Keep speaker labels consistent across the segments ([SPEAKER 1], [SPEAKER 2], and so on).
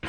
[SPEAKER 1] The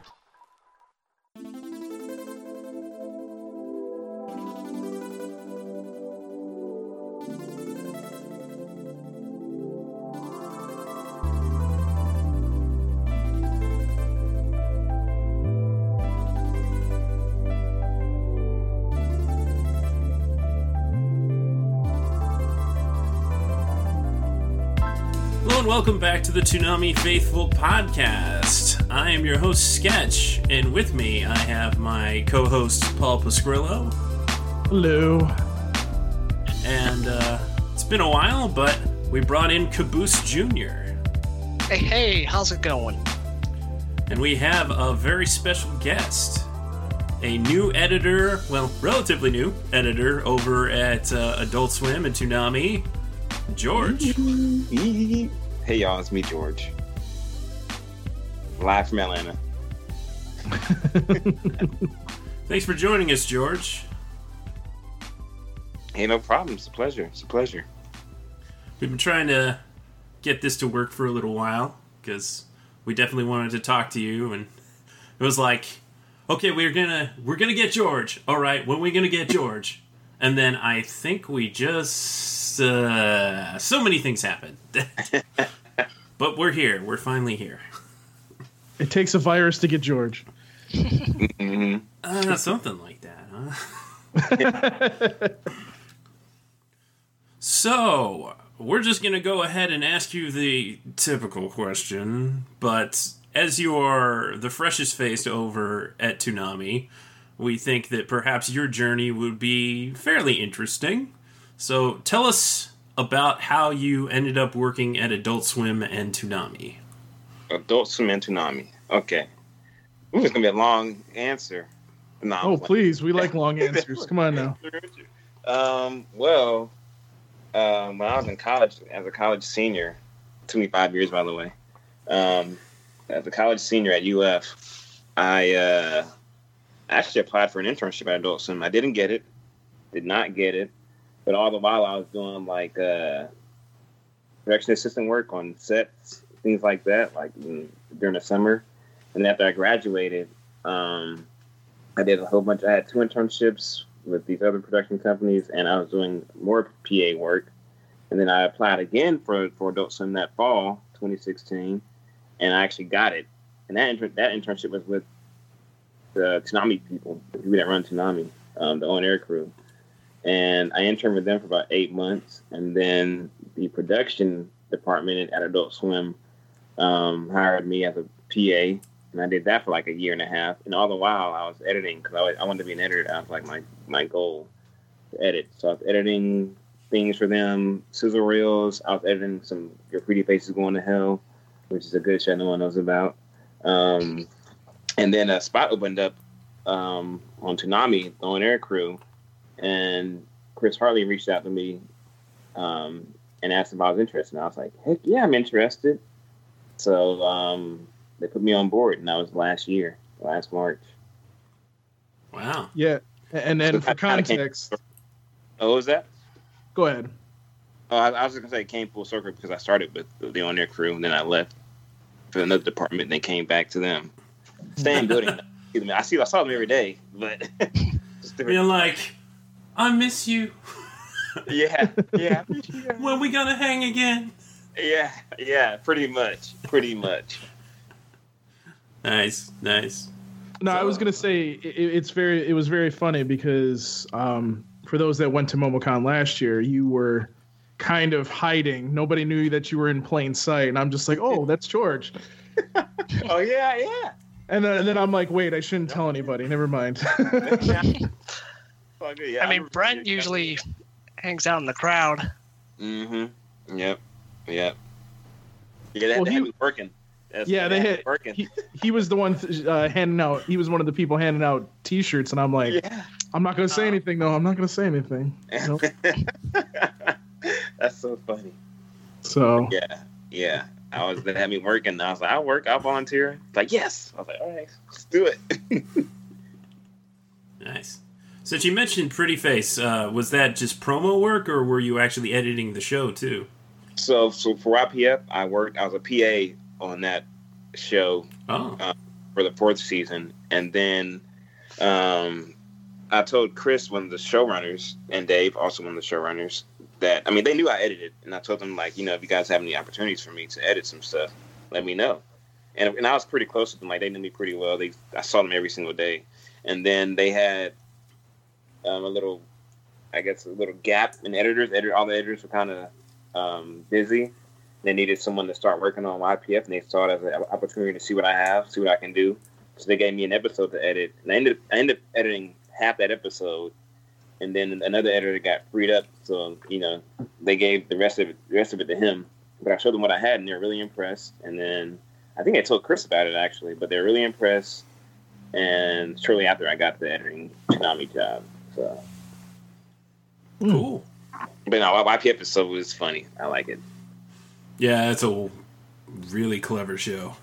[SPEAKER 2] Hello and welcome back to the Toonami Faithful Podcast. I am your host, Sketch, and with me I have my co host, Paul Pasquillo.
[SPEAKER 3] Hello.
[SPEAKER 2] And uh, it's been a while, but we brought in Caboose Jr.,
[SPEAKER 4] Hey, hey, how's it going?
[SPEAKER 2] and we have a very special guest. A new editor, well, relatively new editor over at uh, Adult Swim and Toonami, George.
[SPEAKER 5] Hey y'all, it's me, George. Live from Atlanta.
[SPEAKER 2] Thanks for joining us, George.
[SPEAKER 5] Hey, no problem. It's a pleasure. It's a pleasure.
[SPEAKER 2] We've been trying to get this to work for a little while because we definitely wanted to talk to you, and it was like, okay, we're gonna we're gonna get George. All right, when we gonna get George? And then I think we just uh, so many things happened, but we're here. We're finally here.
[SPEAKER 3] It takes a virus to get George.
[SPEAKER 5] hmm
[SPEAKER 2] Uh, something like that, huh? so we're just gonna go ahead and ask you the typical question, but as you are the freshest face over at Toonami, we think that perhaps your journey would be fairly interesting. So tell us about how you ended up working at Adult Swim and Toonami.
[SPEAKER 5] Adult Swim and Tsunami. Okay. Ooh, it's gonna be a long answer. No, I'm
[SPEAKER 3] Oh,
[SPEAKER 5] playing.
[SPEAKER 3] please. We like long answers. Come on now.
[SPEAKER 5] Um, well, um, when I was in college, as a college senior, it took me five years, by the way. Um, as a college senior at UF, I uh, actually applied for an internship at Adult Swim. I didn't get it, did not get it, but all the while I was doing like uh, production assistant work on sets, things like that, like mm, during the summer. And after I graduated, um, I did a whole bunch. I had two internships with these other production companies, and I was doing more PA work. And then I applied again for for Adult Swim that fall, 2016, and I actually got it. And that inter- that internship was with the Tsunami people, the people that run Tsunami, um, the on air crew. And I interned with them for about eight months, and then the production department at Adult Swim um, hired me as a PA and I did that for like a year and a half. And all the while, I was editing because I, always- I wanted to be an editor. That was like my my goal to edit. So I was editing things for them, sizzle reels. I was editing some Your Pretty Face is Going to Hell, which is a good show no one knows about. Um, and then a spot opened up um, on Toonami, the on air crew, and Chris Harley reached out to me um, and asked if I was interested. And I was like, heck yeah, I'm interested. So um, they put me on board, and that was last year, last March.
[SPEAKER 2] Wow.
[SPEAKER 3] Yeah. And then for
[SPEAKER 5] I kinda came-
[SPEAKER 3] context,
[SPEAKER 5] Oh, what was that?
[SPEAKER 3] go ahead.
[SPEAKER 5] Oh, I, I was gonna say it came full circle because I started with the on air crew, and then I left for another department, and then came back to them. Same building. Excuse me. I see. I saw them every day, but just
[SPEAKER 2] You're
[SPEAKER 5] different-
[SPEAKER 2] like, I miss you.
[SPEAKER 5] yeah, yeah,
[SPEAKER 2] When we gonna hang again?
[SPEAKER 5] yeah, yeah. Pretty much. Pretty much.
[SPEAKER 2] Nice, nice.
[SPEAKER 3] No, I was gonna say it, it's very. It was very funny because um, for those that went to MomoCon last year, you were kind of hiding. Nobody knew that you were in plain sight, and I'm just like, oh, that's George.
[SPEAKER 5] Oh yeah, yeah.
[SPEAKER 3] And then, and then I'm like, wait, I shouldn't tell anybody. Never mind.
[SPEAKER 5] Oh, good, yeah
[SPEAKER 4] I mean, Brent usually hangs out in the crowd.
[SPEAKER 5] Mm-hmm. Yep. Yep. Yeah, they,
[SPEAKER 3] Well,
[SPEAKER 5] they
[SPEAKER 3] he-
[SPEAKER 5] had me working. That's-
[SPEAKER 3] Yeah, they
[SPEAKER 5] had
[SPEAKER 3] had-
[SPEAKER 5] me working.
[SPEAKER 3] he, he was the one th- uh, handing out. He was one of the people handing out T-shirts, and I'm like,
[SPEAKER 5] yeah.
[SPEAKER 3] I'm not gonna say
[SPEAKER 4] Uh,
[SPEAKER 3] anything though. I'm not gonna say anything. You know?
[SPEAKER 5] That's so funny.
[SPEAKER 3] So
[SPEAKER 5] Yeah, yeah. I was they had me working. I was like, I work, I volunteer. It's like, yes. I was like, all right, let's do it.
[SPEAKER 2] Nice. Since you mentioned Pretty Face, uh, was that just promo work, or were you actually editing the show too?
[SPEAKER 5] So, so for YPF, I worked. I was a PA on that show
[SPEAKER 2] Oh,
[SPEAKER 5] for the fourth season, and then um, I told Chris, one of the showrunners, and Dave, also one of the showrunners, that I mean they knew I edited, and I told them like, you know, if you guys have any opportunities for me to edit some stuff, let me know. And and I was pretty close to them, like they knew me pretty well. They I saw them every single day, and then they had um, a little, I guess, a little gap in editors. Edit all the editors were kind of um, busy, they needed someone to start working on YPF, and they saw it as an opportunity to see what I have, see what I can do. So they gave me an episode to edit, and I ended I ended up editing half that episode, and then another editor got freed up, so you know they gave the rest of it, the rest of it to him. But I showed them what I had, and they're really impressed. And then I think I told Chris about it actually, but they're really impressed. And shortly after, I got the editing Konami job. So,
[SPEAKER 2] cool.
[SPEAKER 5] but no, YPF is so it's funny. I like it.
[SPEAKER 2] Yeah, that's a really clever show.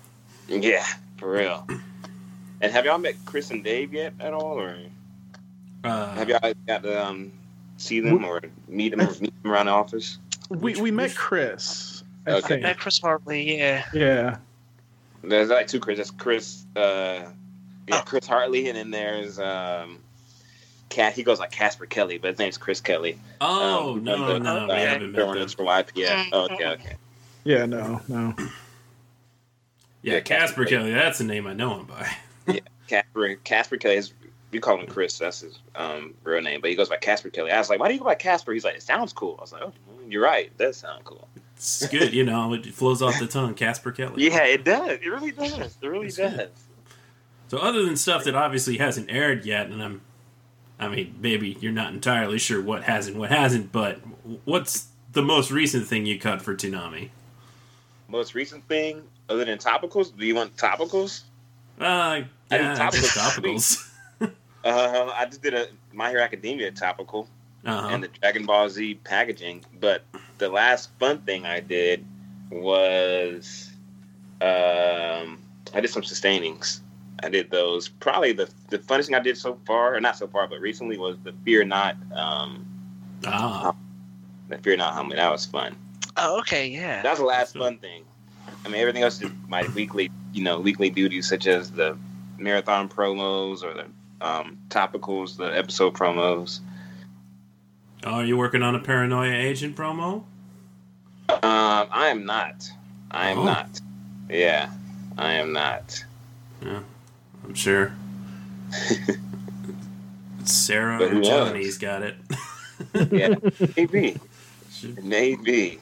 [SPEAKER 5] Yeah, for real. And have y'all met Chris and Dave yet at all, or
[SPEAKER 2] Uh,
[SPEAKER 5] have y'all got to um, see them or meet them, or meet them around the office?
[SPEAKER 3] We we met Chris. I
[SPEAKER 5] Okay.
[SPEAKER 3] think.
[SPEAKER 4] Yeah, Chris Hartley, yeah.
[SPEAKER 3] Yeah.
[SPEAKER 5] There's like two Chris. There's Chris, uh, yeah,
[SPEAKER 4] Oh.
[SPEAKER 5] Chris Hartley, and then there's um, Cat. He goes like Casper Kelly, but his name's Chris Kelly.
[SPEAKER 2] oh
[SPEAKER 5] Um,
[SPEAKER 2] no,
[SPEAKER 5] the-
[SPEAKER 2] no,
[SPEAKER 5] the
[SPEAKER 2] we haven't met
[SPEAKER 5] showrunners
[SPEAKER 2] them.
[SPEAKER 5] from YPF. Oh, okay, okay.
[SPEAKER 3] Yeah. No. No.
[SPEAKER 2] Yeah,
[SPEAKER 5] Yeah,
[SPEAKER 2] Casper
[SPEAKER 5] Casper
[SPEAKER 2] Kelly. That's the name I know him by.
[SPEAKER 5] Casper Casper Kelly. Is, we call him Chris. That's his um, real name, but he goes by Casper Kelly. I was like, why do you go by Casper? He's like, it sounds cool. I was like, oh, you're right. It does sound cool.
[SPEAKER 2] It's good, you know. It flows off the tongue. Casper Kelly.
[SPEAKER 5] Yeah, it does. It really does. It really
[SPEAKER 2] That's
[SPEAKER 5] does.
[SPEAKER 2] good. So other than stuff that obviously hasn't aired yet, and I'm, I mean, maybe you're not entirely sure what has and what hasn't, but what's the most recent thing you cut for Toonami?
[SPEAKER 5] Most recent thing, other than topicals, do you want topicals?
[SPEAKER 2] Uh,
[SPEAKER 5] I did
[SPEAKER 2] yeah,
[SPEAKER 5] Topicals
[SPEAKER 2] just
[SPEAKER 5] this week.
[SPEAKER 2] topicals.
[SPEAKER 5] Uh, I just did a My Hero Academia topical
[SPEAKER 2] Uh-huh.
[SPEAKER 5] and the Dragon Ball Z packaging, but the last fun thing I did was um, I did some sustainings. I did those. Probably the the funnest thing I did so far, or not so far, but recently was the Fear Not, um,
[SPEAKER 2] Ah,
[SPEAKER 5] the Fear Not Homily. That was fun.
[SPEAKER 4] Oh, okay, yeah.
[SPEAKER 5] That was the last fun thing. I mean, everything else is my weekly, you know, weekly duties such as the marathon promos or the um, topicals, the episode promos.
[SPEAKER 2] oh, are you working on a paranoia agent promo?
[SPEAKER 5] Um, I am not. I am
[SPEAKER 2] Oh.
[SPEAKER 5] not. Yeah, I am not.
[SPEAKER 2] I'm sure. Sarah
[SPEAKER 5] But
[SPEAKER 2] or
[SPEAKER 5] who
[SPEAKER 2] Johnny's got it.
[SPEAKER 5] Yeah, maybe,
[SPEAKER 2] Should-
[SPEAKER 5] maybe.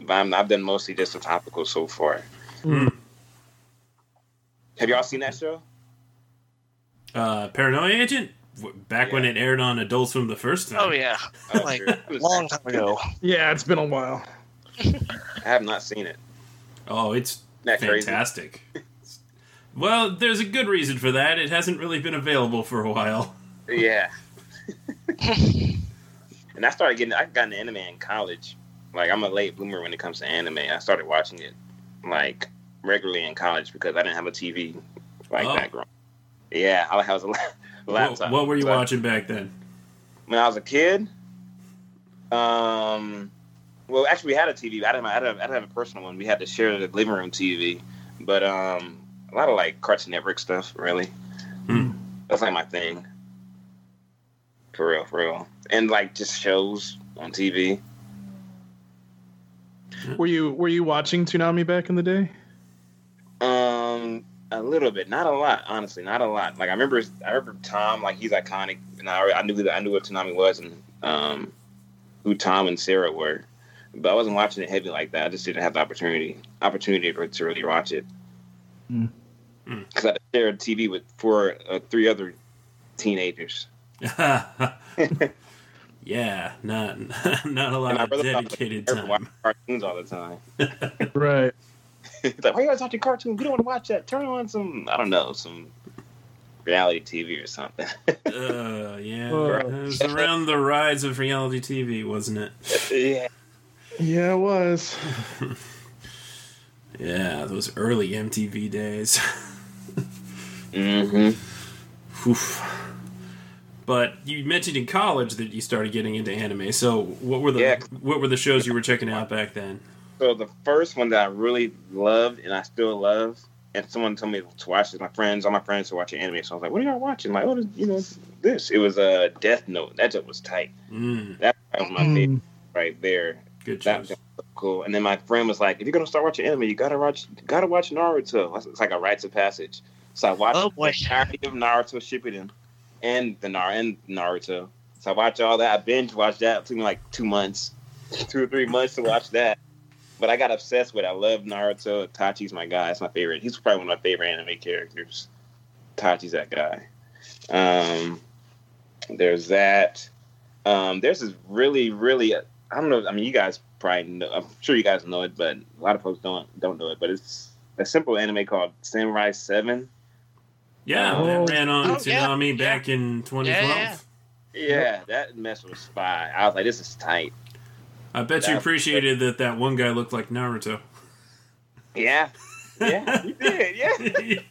[SPEAKER 5] But I'm, I've done mostly just the topical so far.
[SPEAKER 2] Hmm.
[SPEAKER 5] Have y'all seen that show?
[SPEAKER 2] Uh, Paranoia Agent? W- Back when
[SPEAKER 5] Yeah.
[SPEAKER 2] it aired on Adult Swim the first time.
[SPEAKER 4] Oh, yeah.
[SPEAKER 5] Oh,
[SPEAKER 4] Like,
[SPEAKER 5] sure. I haven't-
[SPEAKER 4] Long time ago.
[SPEAKER 3] Yeah. It's been a while.
[SPEAKER 5] I have not seen it.
[SPEAKER 2] Oh, it's
[SPEAKER 5] Isn't that crazy?
[SPEAKER 2] fantastic. well, there's a good reason for that. It hasn't really been available for a while.
[SPEAKER 5] Yeah. and I started getting, I got into anime in college. Like, I'm a late bloomer when it comes to anime. I started watching it, like, regularly in college because I didn't have a TV like
[SPEAKER 2] Oh.
[SPEAKER 5] that growing Yeah, I was a la-
[SPEAKER 2] What,
[SPEAKER 5] laptop.
[SPEAKER 2] what were you
[SPEAKER 5] So,
[SPEAKER 2] watching back then?
[SPEAKER 5] When I was a kid, um, well, actually, we had a TV. I didn't, I didn't, I didn't have a personal one. We had to share the living room TV. But um, a lot of, like, Cartoon Network stuff, really.
[SPEAKER 2] Hmm.
[SPEAKER 5] That's like my thing. For real, for real. And like just shows on TV.
[SPEAKER 3] Were you Were you watching Toonami back in the day?
[SPEAKER 5] Um a little bit, not a lot, honestly, not a lot. Like I remember I remember Tom, like he's iconic and I I knew that I knew what Tsunami was and um who Tom and Sarah were. But I wasn't watching it heavy like that. I just didn't have the opportunity opportunity to to really watch it.
[SPEAKER 3] Hmm.
[SPEAKER 2] Hmm.
[SPEAKER 5] Because I shared TV with four, uh, three other teenagers.
[SPEAKER 2] yeah, not not a lot
[SPEAKER 5] And I
[SPEAKER 2] of
[SPEAKER 5] really thought-
[SPEAKER 2] dedicated
[SPEAKER 5] Everyone
[SPEAKER 2] time.
[SPEAKER 5] watched cartoons all the time.
[SPEAKER 3] Right.
[SPEAKER 5] He's like, why you guys watching cartoons? We don't want to watch that. Turn on some, I don't know, some reality TV or something.
[SPEAKER 2] Uh, yeah,
[SPEAKER 3] Whoa.
[SPEAKER 2] it was around the rise of reality TV, wasn't it?
[SPEAKER 5] yeah.
[SPEAKER 3] Yeah. It was.
[SPEAKER 2] Yeah, those early MTV days.
[SPEAKER 5] Mm-hmm.
[SPEAKER 2] Oof. But you mentioned in college that you started getting into anime. So what were the
[SPEAKER 5] Yeah.
[SPEAKER 2] what were the shows you were checking out back then?
[SPEAKER 5] So the first one that I really loved and I still love, and someone told me to watch this. My friends, all my friends were watching anime, so I was like, "What are y'all watching?" Like, "What is you know this?" It was a uh, Death Note. That joke was tight.
[SPEAKER 2] Mm,
[SPEAKER 5] That was my
[SPEAKER 3] Mm.
[SPEAKER 5] favorite right there.
[SPEAKER 2] good
[SPEAKER 5] That
[SPEAKER 2] shows.
[SPEAKER 5] joke was cool. And then my friend was like, "If you're gonna start watching anime, you gotta watch, you gotta watch Naruto. It's like a rites of passage." So I watched
[SPEAKER 4] Oh, boy.
[SPEAKER 5] the entirety of Naruto Shippuden and the Nar and Naruto. So I watched all that. I binge watched that. It took me like two months, two or three months to watch that. But I got obsessed with. it. I love Naruto. Itachi's my guy. It's my favorite. He's probably one of my favorite anime characters. Itachi's that guy. Um, there's that. Um, there's this really, really. I don't know. I mean, you guys probably. know I'm sure you guys know it, but a lot of folks don't don't know it. But it's a simple anime called Samurai Seven.
[SPEAKER 2] Yeah,
[SPEAKER 3] Oh.
[SPEAKER 2] that ran on
[SPEAKER 4] Oh, yeah,
[SPEAKER 2] Tsunami back in 2012.
[SPEAKER 4] yeah.
[SPEAKER 5] Yeah, that mess was spy. I was like, this is tight.
[SPEAKER 2] I bet you
[SPEAKER 5] That's-
[SPEAKER 2] appreciated that that one guy looked like Naruto.
[SPEAKER 5] Yeah. Yeah, he did. Yeah, he
[SPEAKER 2] He did.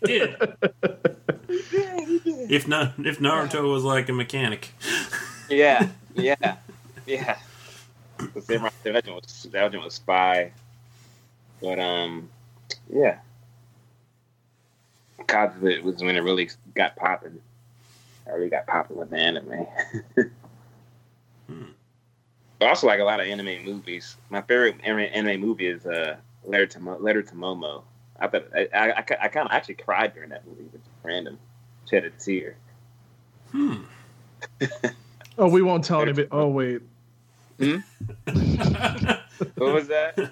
[SPEAKER 5] did. He did.
[SPEAKER 2] If not, if Naruto was like a mechanic.
[SPEAKER 5] Yeah, yeah, yeah. The Samurai Seven, that joint was, that joint was spy. But, um, yeah. Cause it was when it really got popping. I really got popping with the anime.
[SPEAKER 2] Hmm.
[SPEAKER 5] I also like a lot of anime movies. My favorite anime, anime movie is uh, Letter to Mo- Letter to Momo. I thought I, I, I kind of actually cried during that movie, which is random. Shed a tear.
[SPEAKER 2] Hmm.
[SPEAKER 3] Oh, we won't tell anybody. Oh wait,
[SPEAKER 2] Hmm.
[SPEAKER 5] What was that?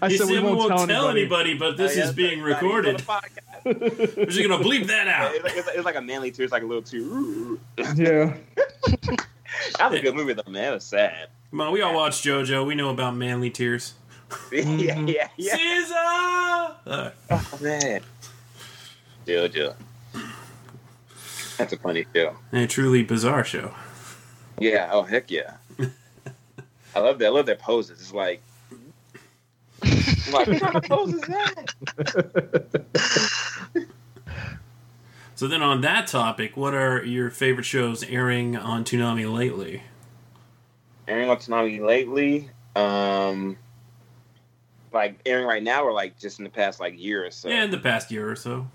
[SPEAKER 3] I
[SPEAKER 2] he
[SPEAKER 3] said, we won't, tell, anybody.
[SPEAKER 2] anybody, but this
[SPEAKER 5] Oh, yeah,
[SPEAKER 2] is
[SPEAKER 5] that's
[SPEAKER 2] being
[SPEAKER 5] right. He's on the
[SPEAKER 2] recorded.
[SPEAKER 5] podcast.
[SPEAKER 2] We're just gonna bleep that
[SPEAKER 5] Yeah,
[SPEAKER 2] out.
[SPEAKER 5] it's, like, it's, like, it's like a manly tear. It's like a little tear. Ooh.
[SPEAKER 3] Yeah.
[SPEAKER 5] That was a good movie though, man. That was sad.
[SPEAKER 2] Come on, we all watched JoJo. We know about manly tears.
[SPEAKER 5] yeah,
[SPEAKER 2] Mm-hmm.
[SPEAKER 5] yeah, yeah.
[SPEAKER 2] Caesar. Uh,
[SPEAKER 5] Oh, man. JoJo. That's a funny show.
[SPEAKER 2] a truly bizarre show.
[SPEAKER 5] Yeah. Oh heck yeah. I love that. I love their poses. It's like, I'm like what kind of pose is that?
[SPEAKER 2] So then, on that topic, what are your favorite shows airing on Toonami lately?
[SPEAKER 5] Airing on Tsunami lately. Um, like airing right now, or like just in the past like year or so.
[SPEAKER 2] Yeah, in the past year or so.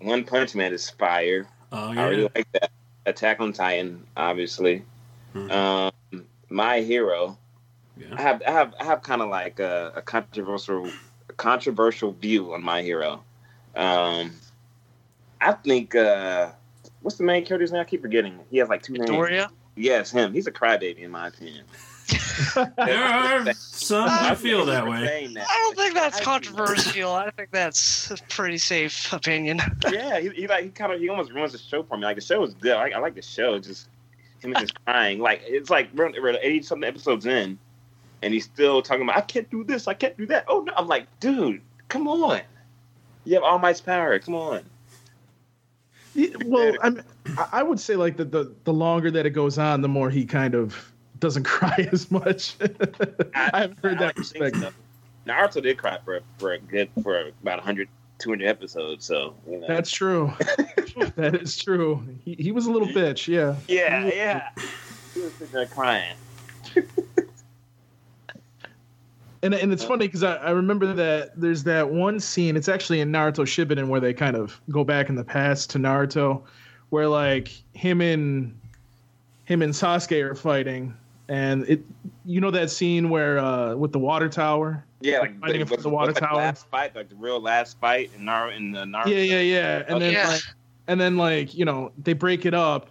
[SPEAKER 5] One Punch Man is fire.
[SPEAKER 2] Oh
[SPEAKER 5] I
[SPEAKER 2] yeah,
[SPEAKER 5] really like that. Attack on Titan, obviously.
[SPEAKER 2] Hmm.
[SPEAKER 5] Um, My Hero. I
[SPEAKER 2] yeah.
[SPEAKER 5] have I have I have kind of like a, a controversial a controversial view on My Hero. Um, I think uh, what's the main character's name? I keep forgetting. He has like two names.
[SPEAKER 4] Victoria.
[SPEAKER 5] Yes, him. He's a crybaby in my opinion.
[SPEAKER 2] There are some who feel that way.
[SPEAKER 5] Saying that.
[SPEAKER 4] I don't think that's
[SPEAKER 5] I-
[SPEAKER 4] controversial. I think that's a pretty safe opinion.
[SPEAKER 5] Yeah, he, he like he kind of he almost ruins the show for me. Like the show is good. I, I like the show. Just him just crying. Like it's like we're, we're eighty something episodes in, and he's still talking about I can't do this. I can't do that. Oh no! I'm like, dude, come on. You have All Might's power. Come on.
[SPEAKER 3] Yeah, Well, I'm, I- I would say like the, the the longer that it goes on, the more he kind of doesn't cry as much. I haven't heard that
[SPEAKER 5] don't think
[SPEAKER 3] perspective.
[SPEAKER 5] so. Naruto did cry for for a good for about 100, 200 episodes. So you know.
[SPEAKER 3] That's true. that is true. He, he was a little bitch. Yeah.
[SPEAKER 5] yeah, yeah. He was sitting there crying.
[SPEAKER 3] And, and it's funny because I, I remember that there's that one scene. It's actually in Naruto Shippuden where they kind of go back in the past to Naruto, where like him and him and Sasuke are fighting, and it you know that scene where uh, with the water tower.
[SPEAKER 5] Yeah,
[SPEAKER 3] Like
[SPEAKER 5] like
[SPEAKER 3] fighting
[SPEAKER 5] it
[SPEAKER 3] for
[SPEAKER 5] was-
[SPEAKER 3] the water
[SPEAKER 5] was, like,
[SPEAKER 3] tower.
[SPEAKER 5] Last fight, like the real last fight in Naruto. In the Naruto.
[SPEAKER 3] Yeah, yeah, yeah. And then
[SPEAKER 5] Okay.
[SPEAKER 4] Yeah.
[SPEAKER 3] like, and then like you know they break it up,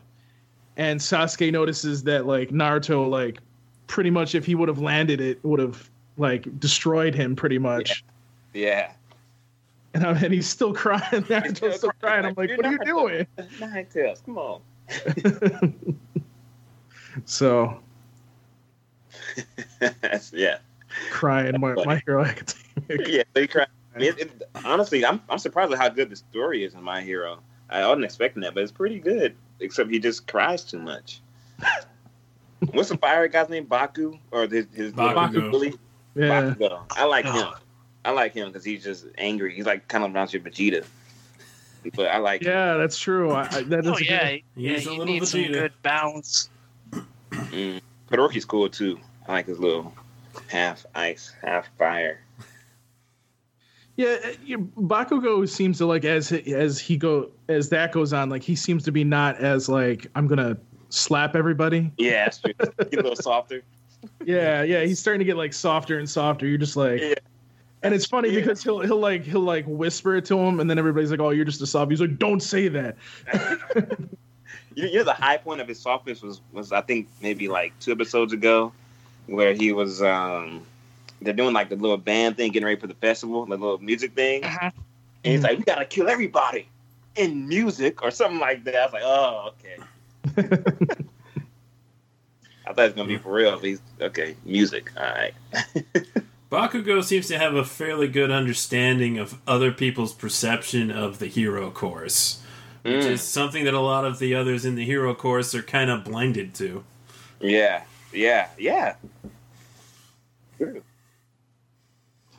[SPEAKER 3] and Sasuke notices that like Naruto like pretty much if he would have landed it would have like destroyed him pretty much.
[SPEAKER 5] yeah.
[SPEAKER 3] And, I'm, and he's still crying. Naruto's still,
[SPEAKER 5] still
[SPEAKER 3] crying.
[SPEAKER 5] crying,
[SPEAKER 3] I'm like,
[SPEAKER 5] like,
[SPEAKER 3] what are you
[SPEAKER 5] "You're Naruto."
[SPEAKER 3] doing?
[SPEAKER 5] Nine tails. Come on.
[SPEAKER 3] So
[SPEAKER 5] yeah,
[SPEAKER 3] crying, my, my hero academia.
[SPEAKER 5] yeah. They cry. I mean, it, it- honestly, I'm I'm surprised at how good the story is in My Hero. I wasn't expecting that, but it's pretty good. Except he just cries too much. What's the fire guy's name? Baku or his his
[SPEAKER 2] Bakugo.
[SPEAKER 5] little bully?
[SPEAKER 3] Yeah.
[SPEAKER 5] Bakugo. I like him. I like him because he's just angry. He's like kind of reminds you of Vegeta. but I like. it.
[SPEAKER 3] Yeah, that's true. I, I, that is
[SPEAKER 4] Oh yeah, yeah.
[SPEAKER 2] He's a
[SPEAKER 4] You
[SPEAKER 2] little
[SPEAKER 4] need some
[SPEAKER 2] Vegeta.
[SPEAKER 4] good balance.
[SPEAKER 5] Mm. Todoroki's cool too. I like his little half ice, half fire.
[SPEAKER 3] Yeah, you- Bakugo seems to like as he- as he go as that goes on, like he seems to be not as like I'm gonna slap everybody.
[SPEAKER 5] Yeah, that's true. He's a little softer.
[SPEAKER 3] Yeah, yeah, he's starting to get like softer and softer. You're just like,
[SPEAKER 5] Yeah.
[SPEAKER 3] and it's funny
[SPEAKER 5] Yeah.
[SPEAKER 3] because he'll he'll like he'll like whisper it to him, and then everybody's like, oh, you're just a soft. He's like, don't say that.
[SPEAKER 5] You, you know, the high point of his softness was, was I think maybe like two episodes ago, where he was um, they're doing like the little band thing, getting ready for the festival, the little music thing, and
[SPEAKER 4] Uh-huh.
[SPEAKER 5] he's like, "We gotta kill everybody in music" or something like that. I was like, "Oh, okay." I thought it was gonna be for real. But he's okay. Music, all right.
[SPEAKER 2] Bakugo seems to have a fairly good understanding of other people's perception of the hero course, which
[SPEAKER 5] Mm.
[SPEAKER 2] is something that a lot of the others in the hero course are kind of blinded to.
[SPEAKER 5] Yeah, yeah, yeah. True.